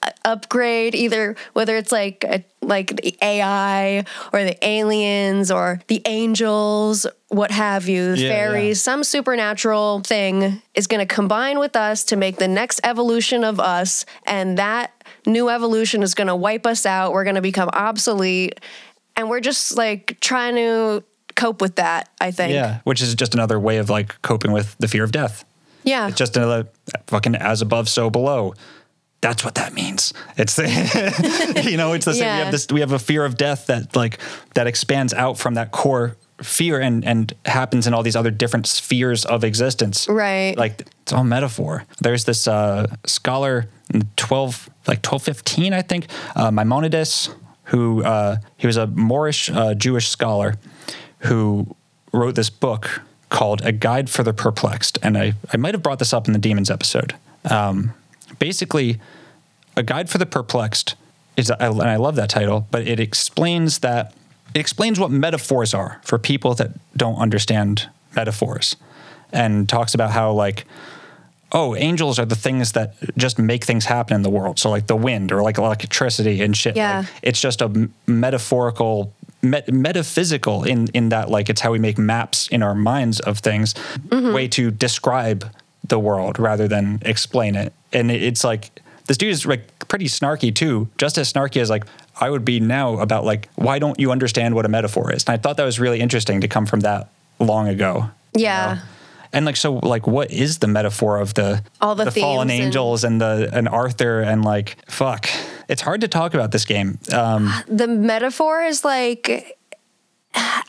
B: uh, upgrade either whether it's like a, like the AI or the aliens or the angels what have you the
A: Yeah,
B: fairies
A: yeah.
B: some supernatural thing is going to combine with us to make the next evolution of us and that new evolution is going to wipe us out we're going to become obsolete and we're just like trying to cope with that i think
A: Yeah, which is just another way of like coping with the fear of death.
B: yeah
A: It's just another fucking as above so below. That's what that means. It's <laughs> the, you know, it's the same. We
B: Yeah.
A: have this. We have a fear of death that like that expands out from that core fear and and happens in all these other different spheres of existence.
B: Right.
A: Like it's all metaphor. There's this uh, scholar in twelve like twelve fifteen, I think, uh, Maimonides, who uh, he was a Moorish uh, Jewish scholar who wrote this book called A Guide for the Perplexed. And I, I might have brought this up in the Demons episode. Um, basically, A Guide for the Perplexed is, I- and I love that title, but it explains that, it explains what metaphors are for people that don't understand metaphors and talks about how, like, oh, angels are the things that just make things happen in the world. So like the wind or like electricity and shit.
B: Yeah.
A: Like, it's just a m- metaphorical met- metaphysical in in that like it's how we make maps in our minds of things, way to describe the world rather than explain it. And it, it's like this dude is like pretty snarky too, just as snarky as like I would be now about like why don't you understand what a metaphor is? And I thought that was really interesting to come from that long ago. you
B: Yeah.
A: know? And like so, like what is the metaphor of the
B: All the
A: fallen
B: themes and-
A: angels and the and Arthur and like fuck? It's hard to talk about this game. Um,
B: the metaphor is like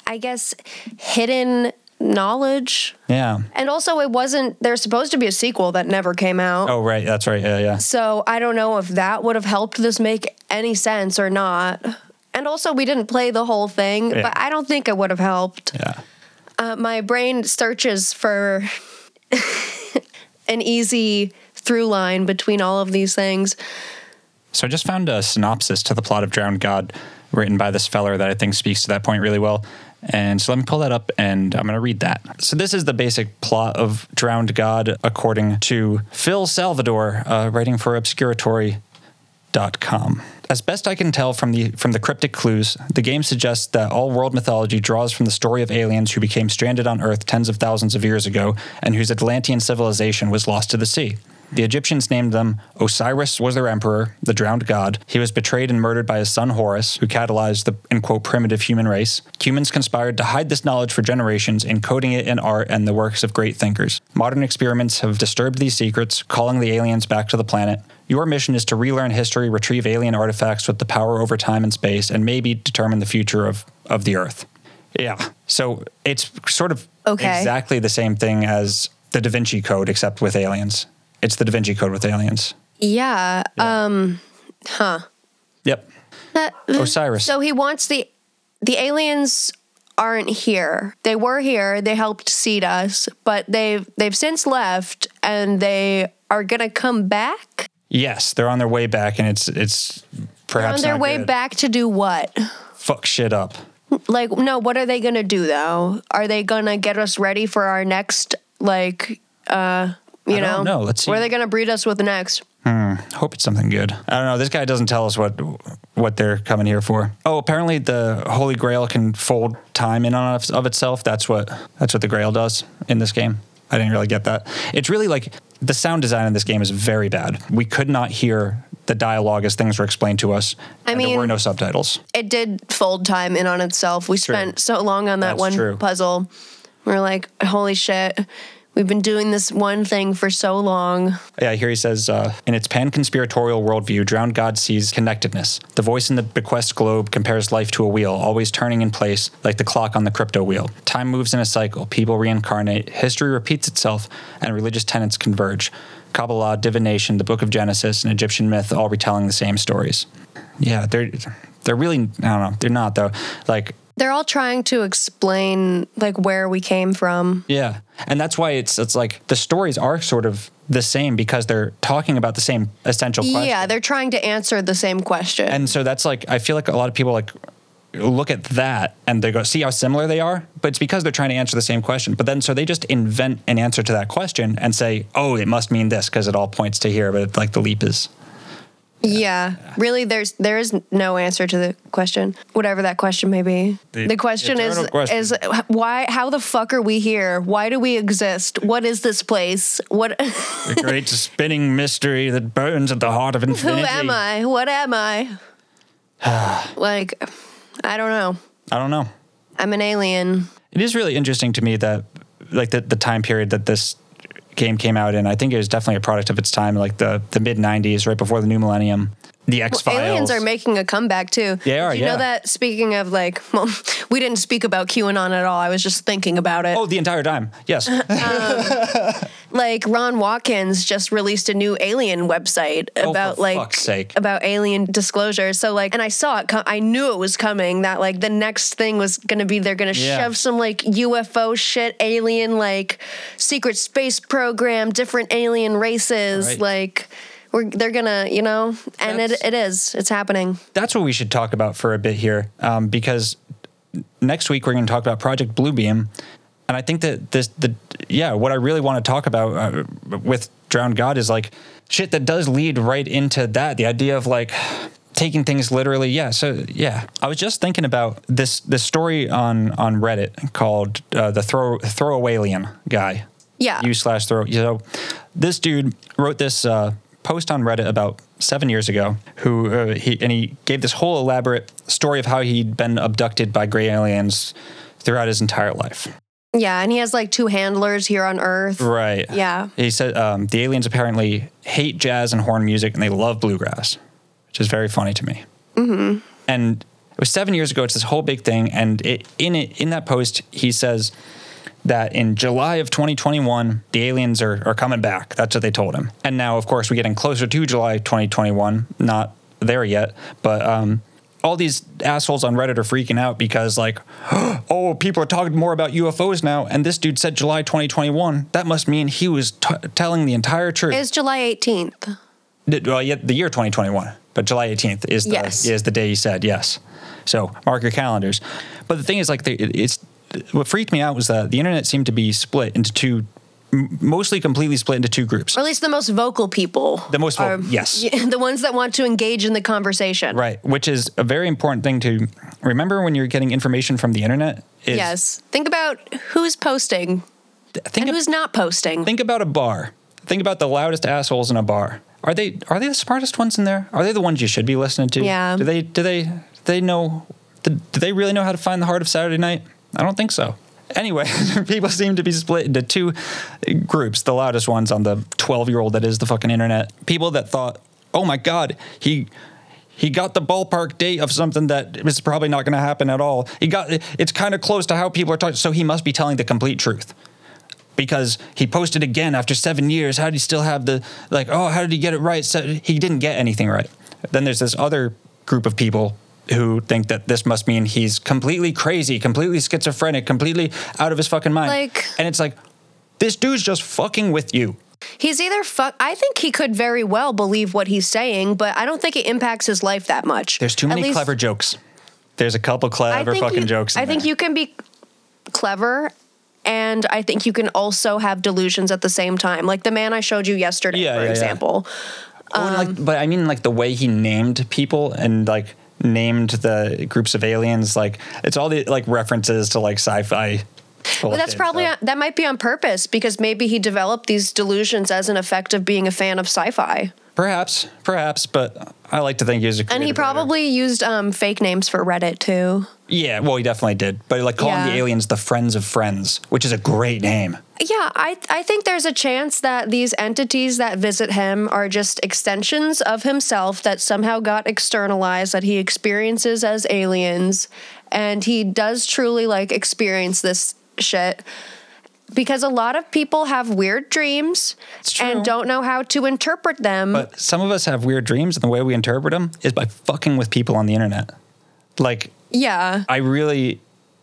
B: i guess hidden knowledge
A: yeah.
B: and also it wasn't there's supposed to be a sequel that never came out
A: Oh right, that's right. Yeah, yeah.
B: so i don't know if that would have helped this make any sense or not and also we didn't play the whole thing
A: Yeah.
B: but i don't think it would have helped
A: Yeah.
B: uh, my brain searches for <laughs> an easy through line between all of these things
A: So I just found a synopsis to the plot of Drowned God written by this feller that I think speaks to that point really well. And so let me pull that up and I'm going to read that. So this is the basic plot of Drowned God according to Phil Salvador, uh, writing for Obscuratory com. As best I can tell from the from the cryptic clues, the game suggests that all world mythology draws from the story of aliens who became stranded on Earth tens of thousands of years ago and whose Atlantean civilization was lost to the sea. The Egyptians named them Osiris was their emperor, the drowned god. He was betrayed and murdered by his son Horus, who catalyzed the in quote primitive human race. Humans conspired to hide this knowledge for generations, encoding it in art and the works of great thinkers. Modern experiments have disturbed these secrets, calling the aliens back to the planet. Your mission is to relearn history, retrieve alien artifacts with the power over time and space, and maybe determine the future of, of the Earth. Yeah. So it's sort of
B: Okay.
A: exactly the same thing as the Da Vinci Code, except with aliens. It's the Da Vinci Code with aliens.
B: yeah, yeah. um
A: Yep. Osiris.
B: Mm-hmm. So he wants the the aliens aren't here. They were here. They helped seed us, but they've they've since left, and they are gonna come back
A: yes, they're on their way back, and it's it's perhaps
B: on their
A: not
B: way
A: good.
B: back to do what?
A: Fuck shit up.
B: Like, no, what are they gonna do though? Are they gonna get us ready for our next like? uh you
A: I
B: know,
A: don't know. Let's
B: What are
A: see.
B: they gonna breed us with next?
A: Hope it's something good. I don't know. This guy doesn't tell us what what they're coming here for. Oh, apparently the Holy Grail can fold time in on of, of itself. That's what that's what the Grail does in this game. I didn't really get that. It's really like the sound design in this game is very bad. We could not hear the dialogue as things were explained to us.
B: I
A: and
B: mean-
A: there were no subtitles.
B: It did fold time in on itself. We
A: True.
B: spent so long on that
A: That's
B: one
A: true.
B: puzzle. We're like, holy shit, we've been doing this one thing for so long.
A: Yeah, here he says, uh, in its pan conspiratorial worldview, drowned God sees connectedness. The voice in the bequest globe compares life to a wheel, always turning in place like the clock on the crypto wheel. Time moves in a cycle, people reincarnate, history repeats itself, and religious tenets converge. Kabbalah, divination, the book of Genesis, and Egyptian myth all retelling the same stories. Yeah, they're they're really I don't know, they're not though. Like
B: They're all trying to explain like where we came from.
A: yeah, and that's why it's it's like the stories are sort of the same because they're talking about the same essential question.
B: Yeah, they're trying to answer the same question.
A: and so that's like I feel like a lot of people like look at that and they go see how similar they are but it's because they're trying to answer the same question but then so they just invent an answer to that question and say oh it must mean this because it all points to here but like the leap is
B: yeah. Really there's there is no answer to the question. Whatever that question may be. The,
A: The
B: question is
A: eternal question.
B: is why how the fuck are we here? Why do we exist? What is this place? What <laughs>
A: the great spinning mystery that burns at the heart of
B: Who
A: infinity
B: am I? What
A: <sighs>
B: am I? like, I don't know.
A: i don't know
B: I'm an alien.
A: It is really interesting to me that like the, the time period that this game came out in, I think it was definitely a product of its time, like the, the mid nineties, right before the new millennium. The X Files.
B: Aliens are making a comeback too.
A: They are,
B: Did you
A: yeah.
B: know that? Speaking of like, <laughs> well, we didn't speak about QAnon at all. I was just thinking about it.
A: Oh, the entire time.
B: <laughs>
A: Yes.
B: Like Ron Watkins just released a new alien website
A: Oh, for
B: about like
A: fuck's sake.
B: about alien disclosure. So like, and I saw it. Com- I knew it was coming. That like the next thing was gonna be they're gonna
A: Yeah.
B: shove some like UFO shit, alien like secret space program, different alien races.
A: Right.
B: Like we're they're gonna you know, and it
A: That's-
B: it is it's happening.
A: That's what we should talk about for a bit here, um, because next week we're going to talk about Project Bluebeam, and I think that this the yeah what I really want to talk about uh, with Drowned God is like shit that does lead right into that the idea of like taking things literally. Yeah. So yeah, I was just thinking about this this story on on Reddit called uh, the throw throwaway alien guy.
B: Yeah.
A: uh, You slash throw. So this dude wrote this uh, post on Reddit about seven years ago. Who uh, he and he gave this whole elaborate story of how he'd been abducted by gray aliens throughout his entire life.
B: Yeah, and he has like two handlers here on Earth.
A: Right.
B: Yeah.
A: He said um, the aliens apparently hate jazz and horn music and they love bluegrass, which is very funny to me. Mm-hmm. And it was seven years ago. It's this whole big thing. And it, in it, in that post, he says that in July of 2021, the aliens are, are coming back. That's what they told him. And now, of course, we're getting closer to July 2021. Not there yet, but um, all these assholes on Reddit are freaking out because, like, <gasps> oh, people are talking more about UFOs now. And this dude said July 2021. That must mean he was t- telling the entire truth.
B: It was July 18th.
A: Did- well, yet the year 2021, but July 18th is the
B: Yes.
A: is the day you said yes. So mark your calendars. But the thing is, like, the, it- it's what freaked me out was that the internet seemed to be split into two, m- mostly completely split into two groups.
B: Or at least the most vocal people.
A: The most vocal-
B: are- <laughs>
A: yes.
B: Yeah, The ones that want to engage in the conversation.
A: Right, which is a very important thing to remember when you're getting information from the internet. Is
B: Yes. Think about who's posting
A: think
B: and
A: ab-
B: who's not posting.
A: think about a bar. Think about the loudest assholes in a bar. Are they are they the smartest ones in there? Are they the ones you should be listening to?
B: Yeah.
A: Do they do they do they know do, do they really know how to find the heart of Saturday night? I don't think so. Anyway, <laughs> people seem to be split into two groups. The loudest ones on the 12-year-old that is the fucking internet. People that thought, "Oh my god, he he got the ballpark date of something that is probably not going to happen at all. He got it's kind of close to how people are talking, so he must be telling the complete truth." because he posted again after seven years. How did he still have the like? Oh, how did he get it right? So he didn't get anything right. Then there's this other group of people who think that this must mean he's completely crazy, completely schizophrenic, completely out of his fucking mind.
B: Like-
A: and it's like this dude's just fucking with you.
B: He's either fuck. I think he could very well believe what he's saying, but I don't think it impacts his life that much.
A: There's too
B: At
A: many
B: least-
A: clever jokes. There's a couple
B: I
A: clever
B: think
A: fucking
B: you-
A: jokes. in
B: I think
A: there.
B: you can be clever, and I think you can also have delusions at the same time. Like the man I showed you yesterday,
A: Yeah,
B: for
A: yeah, yeah.
B: example.
A: Oh, and,
B: Um,
A: like, but I mean, like the way he named people and like named the groups of aliens, like it's all the like references to like sci-fi.
B: But that's probably on- that might be on purpose because maybe he developed these delusions as an effect of being a fan of sci-fi,
A: perhaps, perhaps. But I like to think he was a.
B: and he
A: creative writer.
B: probably used um, fake names for Reddit too.
A: Yeah, well, he definitely did. But like calling the
B: Yeah.
A: aliens the friends of friends, which is a great name.
B: Yeah, I I think there's a chance that these entities that visit him are just extensions of himself that somehow got externalized that he experiences as aliens and he does truly like experience this shit because a lot of people have weird dreams
A: true.
B: and don't know how to interpret them.
A: But some of us have weird dreams, and the way we interpret them is by fucking with people on the internet. Like
B: yeah.
A: I really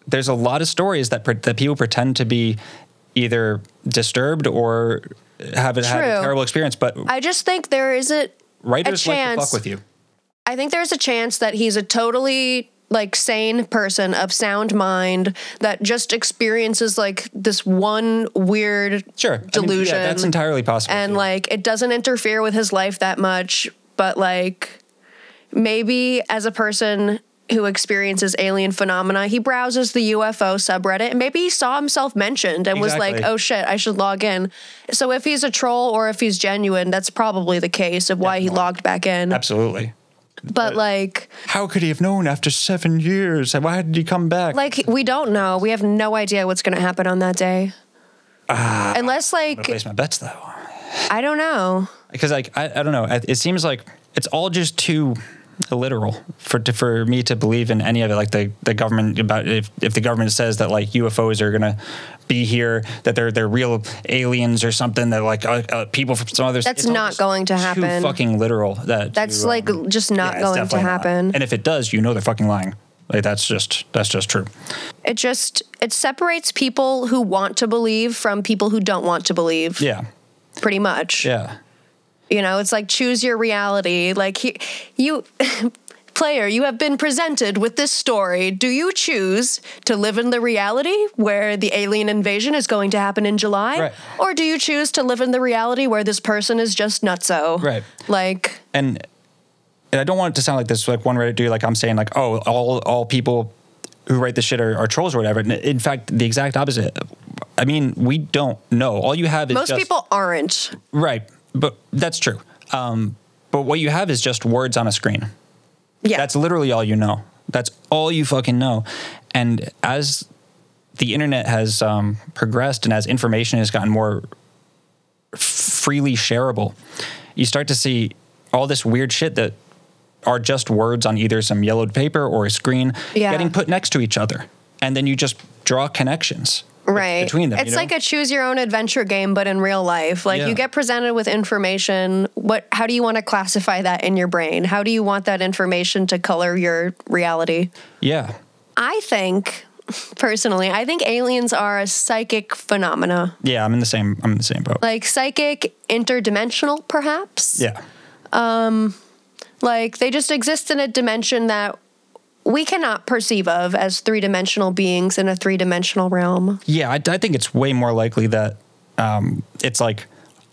A: there's a lot of stories that pre- that people pretend to be either disturbed or have had a
B: True.
A: terrible experience, but
B: I just think there isn't
A: writers
B: a
A: like
B: chance
A: to fuck with you.
B: I think there's a chance that he's a totally like sane person of sound mind that just experiences like this one weird
A: Sure, I mean, yeah,
B: delusion
A: that's entirely possible.
B: and
A: too.
B: like it doesn't interfere with his life that much but like maybe as a person who experiences alien phenomena he browses the ufo subreddit and maybe he saw himself mentioned and was like
A: Exactly.
B: oh shit i should log in so if he's a troll or if he's genuine that's probably the case of why he logged back in
A: absolutely.
B: but like
A: How could he have known after seven years? Why did he come back?
B: Like we don't know. We have no idea what's going to happen on that day.
A: Ah,
B: Unless
A: I
B: like
A: place my bets though.
B: I don't know.
A: because like I, I don't know it it seems like it's all just too literal for to, for me to believe in any of it like the, the government about if, if the government says that like UFOs are gonna be here that they're they're real aliens or something that like uh, uh, people from some other
B: That's
A: it's all
B: not
A: just
B: going to
A: too
B: happen.
A: fucking literal that
B: That's
A: you, um,
B: like just not
A: yeah, it's
B: going to
A: definitely not.
B: happen.
A: and if it does you know they're fucking lying like that's just that's just true
B: It just it separates people who want to believe from people who don't want to believe.
A: yeah
B: Pretty much.
A: yeah
B: You know, it's like choose your reality. Like he, you <laughs> player, you have been presented with this story. Do you choose to live in the reality where the alien invasion is going to happen in July
A: Right.
B: or do you choose to live in the reality where this person is just nutso?
A: Right.
B: Like
A: and and I don't want it to sound like this like one Reddit dude like I'm saying like oh all all people who write this shit are, are trolls or whatever. And in fact, the exact opposite. I mean, we don't know. All you have is
B: Most
A: just-
B: people aren't.
A: right, but that's true. Um, but what you have is just words on a screen.
B: Yeah.
A: That's literally all you know. That's all you fucking know. And as the internet has um, progressed and as information has gotten more freely shareable, you start to see all this weird shit that are just words on either some yellowed paper or a screen
B: Yeah.
A: getting put next to each other. And then you just draw connections bet-
B: right
A: between them.
B: It's
A: you know?
B: like a choose your own adventure game, but in real life. Like
A: Yeah.
B: you get presented with information. What? How do you want to classify that in your brain? How do you want that information to color your reality?
A: yeah.
B: I think, personally, I think aliens are a psychic phenomena,
A: Yeah, I'm in the same I'm in the same boat.
B: like psychic, interdimensional, perhaps.
A: yeah.
B: Like they just exist in a dimension that we cannot perceive of as three dimensional beings in a three dimensional realm.
A: Yeah, I, I think it's way more likely that um, it's like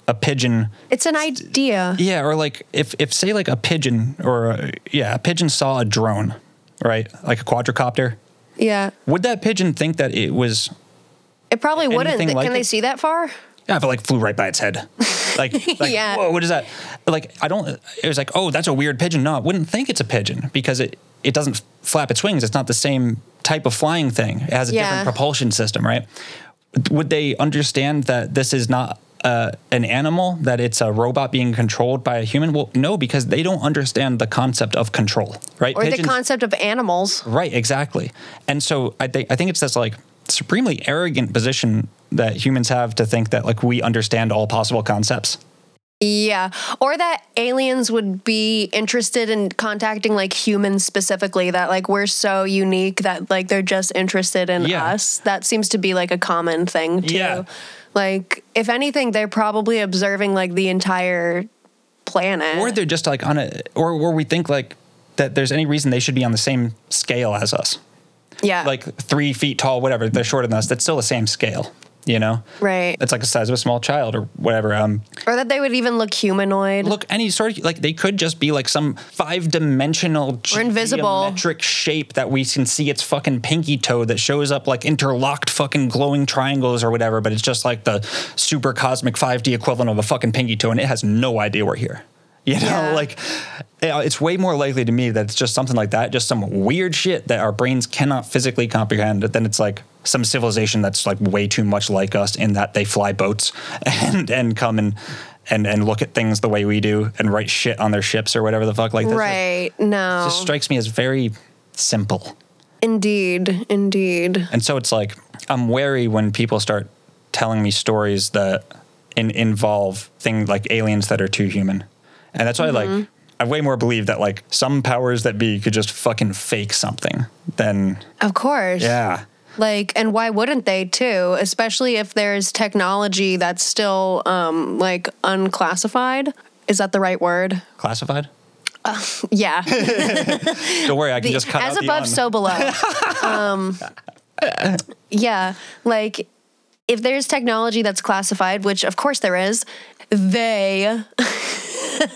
A: a pigeon.
B: It's an idea.
A: Yeah, or like if if say like a pigeon or a, yeah, a pigeon saw a drone, right? Like a quadricopter.
B: Yeah.
A: Would that pigeon think that it was?
B: It probably wouldn't.
A: Anything
B: Can
A: like
B: they
A: it?
B: see that far?
A: Yeah, if it like flew right by its head,
B: <laughs>
A: like, like
B: Yeah.
A: whoa, what is that? Like I don't. It was like oh, that's a weird pigeon. No, I wouldn't think it's a pigeon because it it doesn't flap its wings. It's not the same type of flying thing. It has a
B: Yeah.
A: different propulsion system, right? Would they understand that this is not uh, an animal? That it's a robot being controlled by a human? Well, no, because they don't understand the concept of control, right?
B: Or the
A: Pigeons-
B: concept of animals.
A: Right, exactly. And so I think I think it's this like supremely arrogant position that humans have to think that like we understand all possible concepts.
B: Yeah. Or that aliens would be interested in contacting like humans specifically, that like we're so unique that like they're just interested in
A: Yeah.
B: us. That seems to be like a common thing too.
A: Yeah.
B: Like, if anything, they're probably observing like the entire planet.
A: Or they're just like on a or or we think like that there's any reason they should be on the same scale as us.
B: yeah.
A: Like three feet tall, whatever, they're shorter than us. That's still the same scale, you know?
B: right.
A: It's like the size of a small child or whatever. Um,
B: Or that they would even look humanoid.
A: look any sort of like they could just be like some five dimensional
B: Or invisible.
A: geometric shape that we can see its fucking pinky toe that shows up like interlocked fucking glowing triangles or whatever, but it's just like the super cosmic 5D equivalent of a fucking pinky toe and it has no idea we're here. You know,
B: Yeah.
A: like you know, uh, it's way more likely to me that it's just something like that, just some weird shit that our brains cannot physically comprehend than it's like some civilization that's like way too much like us in that they fly boats <laughs> and and come and and and look at things the way we do and write shit on their ships or whatever the fuck like this. is-
B: right. No.
A: just strikes me as very simple.
B: indeed. Indeed.
A: And so it's like I'm wary when people start telling me stories that in, involve things like aliens that are too human. And that's why like
B: Mm-hmm.
A: I way more believe that like some powers that be could just fucking fake something than
B: Of course.
A: yeah.
B: Like, and why wouldn't they too? Especially if there's technology that's still um, like unclassified. Is that the right word?
A: Classified? <laughs>
B: Yeah.
A: Don't worry, I can
B: The-
A: just cut
B: as
A: out the
B: above,
A: un.
B: so below.
A: <laughs>
B: um, yeah. Like, if there's technology that's classified, which of course there is, they,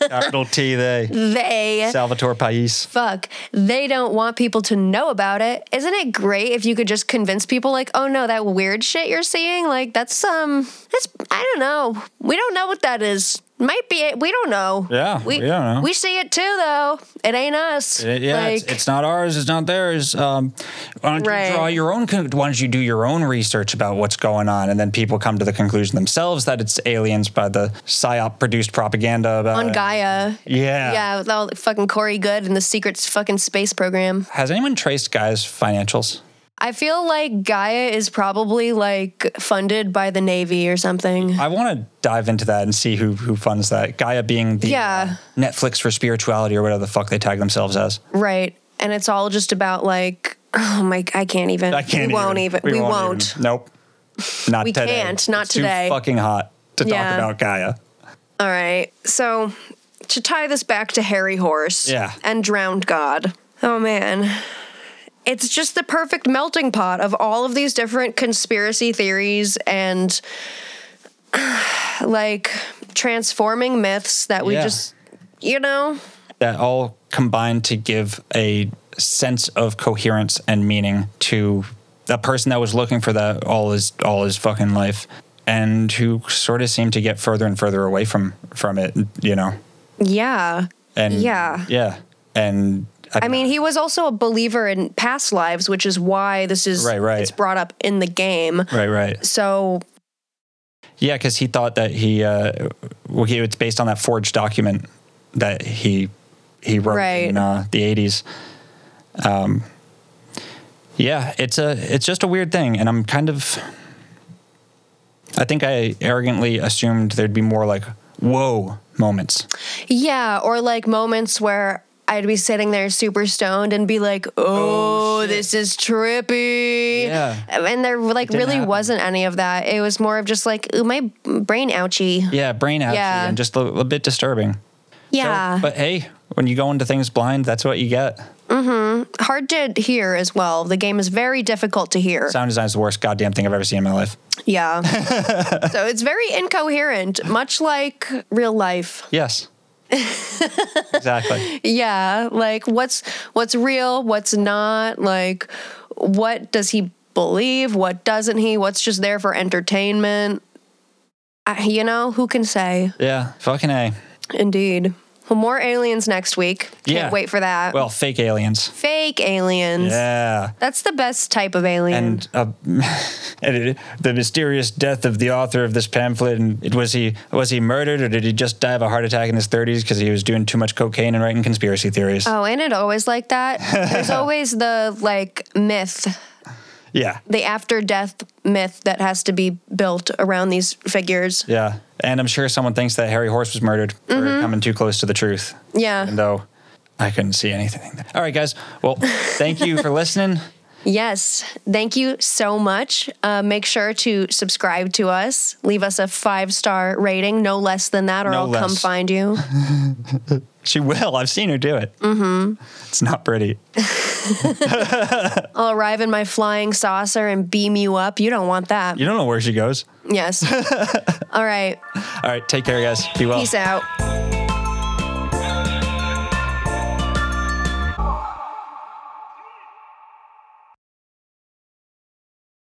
A: capital T they
B: they,
A: Salvatore Pais.
B: fuck, they don't want people to know about it. Isn't it great if you could just convince people, like, oh no, that weird shit you're seeing, like, that's, um, that's, I don't know. We don't know what that is. Might be it. We don't know.
A: Yeah,
B: We,
A: we don't know.
B: We see it too, though. It ain't us.
A: Yeah, it's,
B: Like,
A: it's not ours. It's not theirs. Um, why don't
B: Right.
A: you draw your own? Con- why don't you do your own research about what's going on, and then people come to the conclusion themselves that it's aliens by the psyop produced propaganda about
B: on
A: it.
B: Gaia.
A: uh, Yeah.
B: Yeah, with all the fucking Corey Good and the secret fucking space program.
A: Has anyone traced Guy's financials?
B: I feel like Gaia is probably like funded by the Navy or something.
A: I want to dive into that and see who who funds that. Gaia being the uh,
B: Yeah.
A: Netflix for spirituality or whatever the fuck they tag themselves as.
B: Right. And it's all just about like, oh my, I can't even.
A: I can't.
B: We won't even. We, won't.
A: even. Nope. Not
B: We
A: today.
B: can't, not
A: It's
B: today.
A: Too fucking hot to
B: Yeah.
A: talk about Gaia.
B: All right. So to tie this back to Harry Horse
A: Yeah.
B: and Drowned God. Oh man. It's just the perfect melting pot of all of these different conspiracy theories and <sighs> like transforming myths that we
A: Yeah.
B: just, you know,
A: that all combined to give a sense of coherence and meaning to the person that was looking for that all his all his fucking life and who sort of seemed to get further and further away from from it, you know.
B: Yeah.
A: And
B: Yeah.
A: Yeah. And
B: I mean, he was also a believer in past lives, which is why this is
A: Right, right.
B: it's brought up in the game.
A: right, right.
B: So
A: Yeah, because he thought that he, uh, well, he, it's based on that forged document that he he wrote in
B: Right.
A: uh, the eighties. Um, yeah, it's a it's just a weird thing, and I'm kind of, I think I arrogantly assumed there'd be more like whoa moments.
B: yeah, or like moments where I'd be sitting there super stoned and be like, "Oh, this is trippy."
A: Yeah.
B: And there like
A: didn't
B: really
A: happen.
B: wasn't any of that. It was more of just like, "Ooh, my brain ouchie."
A: Yeah, brain out
B: Yeah.
A: and just a, little bit disturbing. So-
B: Yeah.
A: but hey, when you go into things blind, that's what you get.
B: Hard to hear as well. The game is very difficult to hear.
A: Sound design's the worst goddamn thing I've ever seen in my life. <laughs>
B: Yeah. so it's very incoherent, much like real life. <laughs>
A: Yes. exactly.
B: Yeah, like what's what's real, what's not, like what does he believe, what doesn't he, what's just there for entertainment? I, you know, who can say?
A: Yeah. Fucking A.
B: Indeed. Well, more aliens next week. Can't
A: Yeah.
B: wait for that.
A: Well, fake aliens.
B: fake aliens.
A: Yeah.
B: That's the best type of alien.
A: And, uh, <laughs> and it- the mysterious death of the author of this pamphlet. And it, was he was he murdered or did he just die of a heart attack in his 30s because he was doing too much cocaine and writing conspiracy theories?
B: oh, ain't it always like that?
A: <laughs>
B: There's always the like myth
A: Yeah.
B: the after death myth that has to be built around these figures.
A: Yeah. And I'm sure someone thinks that Harry Horse was murdered for coming too close to the truth.
B: Yeah.
A: Even though I couldn't see anything. All right, guys. Well, thank you for listening.
B: Yes. Thank you so much. Uh, make sure to subscribe to us. Leave us a five star rating, no less than that, or
A: No
B: I'll come
A: less. <laughs>
B: find you.
A: She will. I've seen her do it. Mm-hmm. It's not pretty.
B: I'll arrive in my flying saucer and beam you up. You don't want
A: <laughs>
B: that.
A: You don't know where she goes.
B: Yes. All right.
A: All right. Take care, guys. Be well.
B: Peace out.